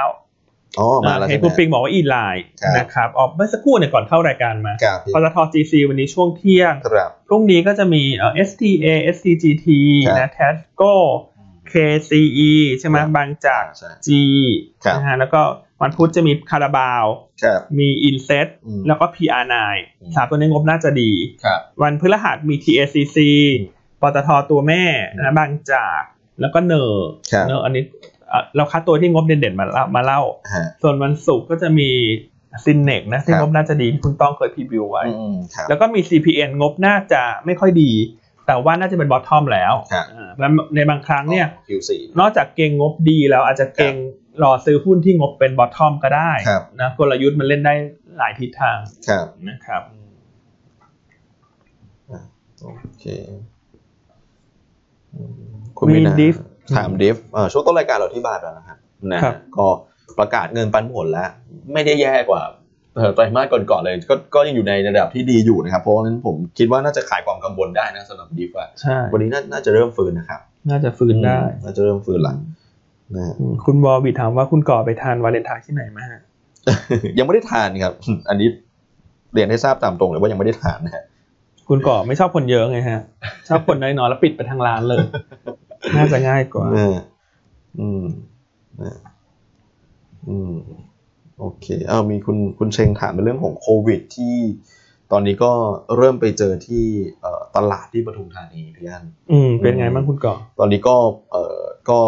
Speaker 2: อ๋อ มาแล้ว
Speaker 1: เห็
Speaker 2: ใช่
Speaker 1: นคุณ
Speaker 2: ไหม
Speaker 1: ปิงบอกว่าอีไลน์
Speaker 2: ครับ
Speaker 1: นะครับออกเมื่อสักครู่เนี่ยก่อนเข้ารายการมาก
Speaker 2: ราบพี่
Speaker 1: ปตท GC วันนี้ช่วงเที่ยง
Speaker 2: กราบ
Speaker 1: พรุ่งนี้ก็จะมีเอ่อ STA SCGT
Speaker 2: ครับ
Speaker 1: นะ Tesco KCE ใช่ไหม
Speaker 2: ครับ
Speaker 1: บางจาก
Speaker 2: ใช่
Speaker 1: จี
Speaker 2: ครับ
Speaker 1: นะฮะแล้วก็วันพุธจะมีคาราบาว
Speaker 2: ครับ
Speaker 1: มีอินเซต
Speaker 2: อืม
Speaker 1: แล้วก็ PR9
Speaker 2: อืม
Speaker 1: สามตัวนี้งบน่าจะดี
Speaker 2: ครับ
Speaker 1: วันพฤหัสมี TACC ปตทตัวแม่นะบางจากแล้วก็เนอร์
Speaker 2: ครับ
Speaker 1: เนอร์อันนี้เอ่อเราคัดตัวที่งบเด่นๆมาเล่ามาเล่า
Speaker 2: ฮะ
Speaker 1: ส่วนวันศุกร์ก็จะมีซินเนกนะที่
Speaker 2: ครับ
Speaker 1: งบน่าจะดีที่คุณต้องเคยพรีวิวไว้
Speaker 2: อืมครับ
Speaker 1: แล้วก็มี CPN งบน่าจะไม่ค่อยดี แต่ว่าน่าจะเป็นบอททอมแล้ว
Speaker 2: ครับ
Speaker 1: อ่าแล้วในบางครั้งเนี่ย
Speaker 2: Q4
Speaker 1: นอกจากเก่งงบดีแล้วอาจจะเก่งรอซื้อหุ้นที่งบเป็นบอททอมก็ได้
Speaker 2: ครับ
Speaker 1: นะกลยุทธ์มันเล่นได้หลายทิศทาง
Speaker 2: ครับ
Speaker 1: นะครับ
Speaker 2: โอเคอืมคุณ
Speaker 1: มี
Speaker 2: มินา
Speaker 1: diff
Speaker 2: ถามดิฟเอ่อช่วงต้นรายการเราที่บาทแล้วนะครับนะครับ ก็ประกาศเงินปันผลแล้ว ไม่ได้แย่กว่าเอ่อไตรมาสก่อนๆเลยก็ก็ยังอยู่ในระดับที่ดีอยู่นะครับ เพราะฉะนั้นผมคิดว่าน่าจะขายความกังวลได้นะสำหรับดิฟอะ
Speaker 1: ใช่
Speaker 2: วันนี้น่าน่าจะเริ่มฟื้นนะครับ
Speaker 1: น่าจะฟื้นได้
Speaker 2: อืมน่าจะเริ่มฟื้นละนะฮะ *laughs*
Speaker 1: อืมคุณบอบีถามว่าคุณก่อไปทานวาเลนไทน์ที่ไหนมาฮะ
Speaker 2: ยังไม่ได้ทานครับ *laughs* อันนี้เรียนให้ทราบตามตรงเลยว่ายังไม่ได้ทานนะฮะ
Speaker 1: คุณก่อไม่ชอบคนเยอะไง
Speaker 2: *laughs*
Speaker 1: ฮะ ชอบคนน้อยๆแล้วปิดไปทางร้านเลย น่าจะง่ายกว่า
Speaker 2: เอออืมนะอืม โอเค เอามีคุณคุณเชงถามในเรื่องของโควิดที่ตอนนี้ก็เริ่มไปเจอที่เอ่อตลาดที่ปทุมธานีพี่อัน
Speaker 1: อืมเป็นไงบ้างคุณก่อ
Speaker 2: ตอนนี้ก็เอ่อก็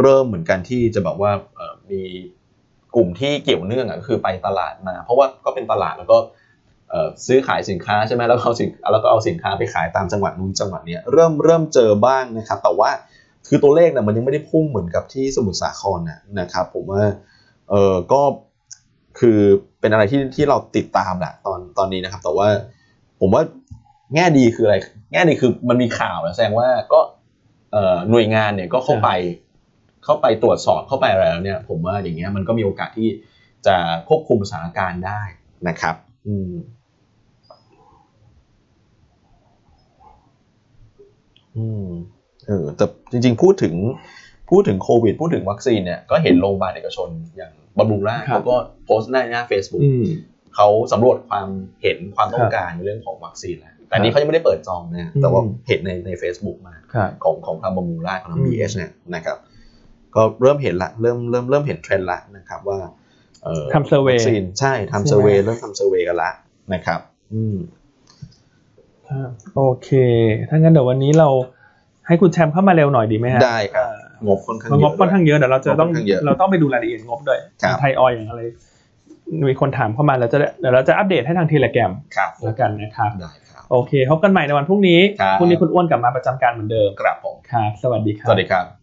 Speaker 2: เริ่มเหมือนกันที่จะแบบว่าเอ่อมีกลุ่มที่เกี่ยวเนื่องอ่ะก็คือไปตลาดมา เพราะว่าก็เป็นตลาดแล้วก็เอ่อซื้อขายสินค้าใช่ไหมแล้วก็เอาสินแล้วก็เอาสินค้าไปขายตามจังหวัดนู้นจังหวัดเนี้ยเริ่มเริ่มเจอบ้างนะครับ แต่ว่าคือตัวเลขเนี่ยมันยังไม่ได้พุ่งเหมือนกับที่สมุทรสาครนะนะครับ ผมว่าเออก็คือเป็นอะไรที่ที่เราติดตามแหละตอนตอนนี้นะครับ แต่ว่าผมว่าแง่ดีคืออะไร แง่ดีคือมันมีข่าวนะแสดงว่าก็เอ่อหน่วยงานเนี่ยก็เข้าไปเข้าไปตรวจสอบเข้าไปอะไรแล้วเนี่ย ผมว่าอย่างเงี้ยมันก็มีโอกาสที่จะควบคุมสถานการณ์ได้นะครับ อืมอืมเออแต่จริงๆพูดถึงพูดถึงโควิด พูดถึงวัคซีนเนี่ยก็เห็นโรงพยาบาลเอกชนอย่างบำรุงราษฎร์
Speaker 1: ครับ
Speaker 2: เขาก็โพสต์หน้าหน้า Facebook
Speaker 1: อืม
Speaker 2: เขาสำรวจความเห็นความต้องการในเรื่องของวัคซีนแล้วแต่อันนี้เขายังไม่ได้เปิดจองนะฮะแต่ว่า
Speaker 1: อืม
Speaker 2: เห็นในใน Facebook มา
Speaker 1: ครับ
Speaker 2: ของของทางบอมูล่าของทาง
Speaker 1: อืม
Speaker 2: BS เนี่ยนะครับ ก็เริ่มเห็นละเริ่มเริ่มเริ่มเห็นเทรนด์ละนะครับว่าเอ่อ
Speaker 1: ทำ survey
Speaker 2: วัคซีนใช่ทำเซอร์เวย์เริ่มทำเซอร์เวย์กันละนะครับ อืม
Speaker 1: ครับโอเคถ้างั้นเดี๋ยววันนี้เราให้คุณแชมป์เข้ามาเร็วหน่อยดีไหมฮะ
Speaker 2: ได้ครับ
Speaker 1: เอ่อง
Speaker 2: บค่อนข้าง
Speaker 1: มัน
Speaker 2: เย
Speaker 1: งบ
Speaker 2: อะ
Speaker 1: ค่อนข้าง
Speaker 2: ด้วย
Speaker 1: เยอะเดี๋ยวเราจะต้อง
Speaker 2: งบค่อนข้างเยอะ
Speaker 1: เราต้องไปดูรายละเอียดงบด้วย
Speaker 2: ครับ
Speaker 1: ไทยออยอย่างอะไร มีคนถามเข้ามาแล้วจะได้เดี๋ยวเราจะอัปเดตให้ทางเทเลแกรม
Speaker 2: ครับ
Speaker 1: แล้วกันนะครับ
Speaker 2: ได้ครับ
Speaker 1: โอเคพบกันใหม่ในวันพรุ่งนี้
Speaker 2: ครับ
Speaker 1: พรุ่งนี้คุณอ้วนกลับมาประจำการเหมือนเดิม
Speaker 2: ครับผม
Speaker 1: ครับ สวัสดีครับ
Speaker 2: สวัสดีครับ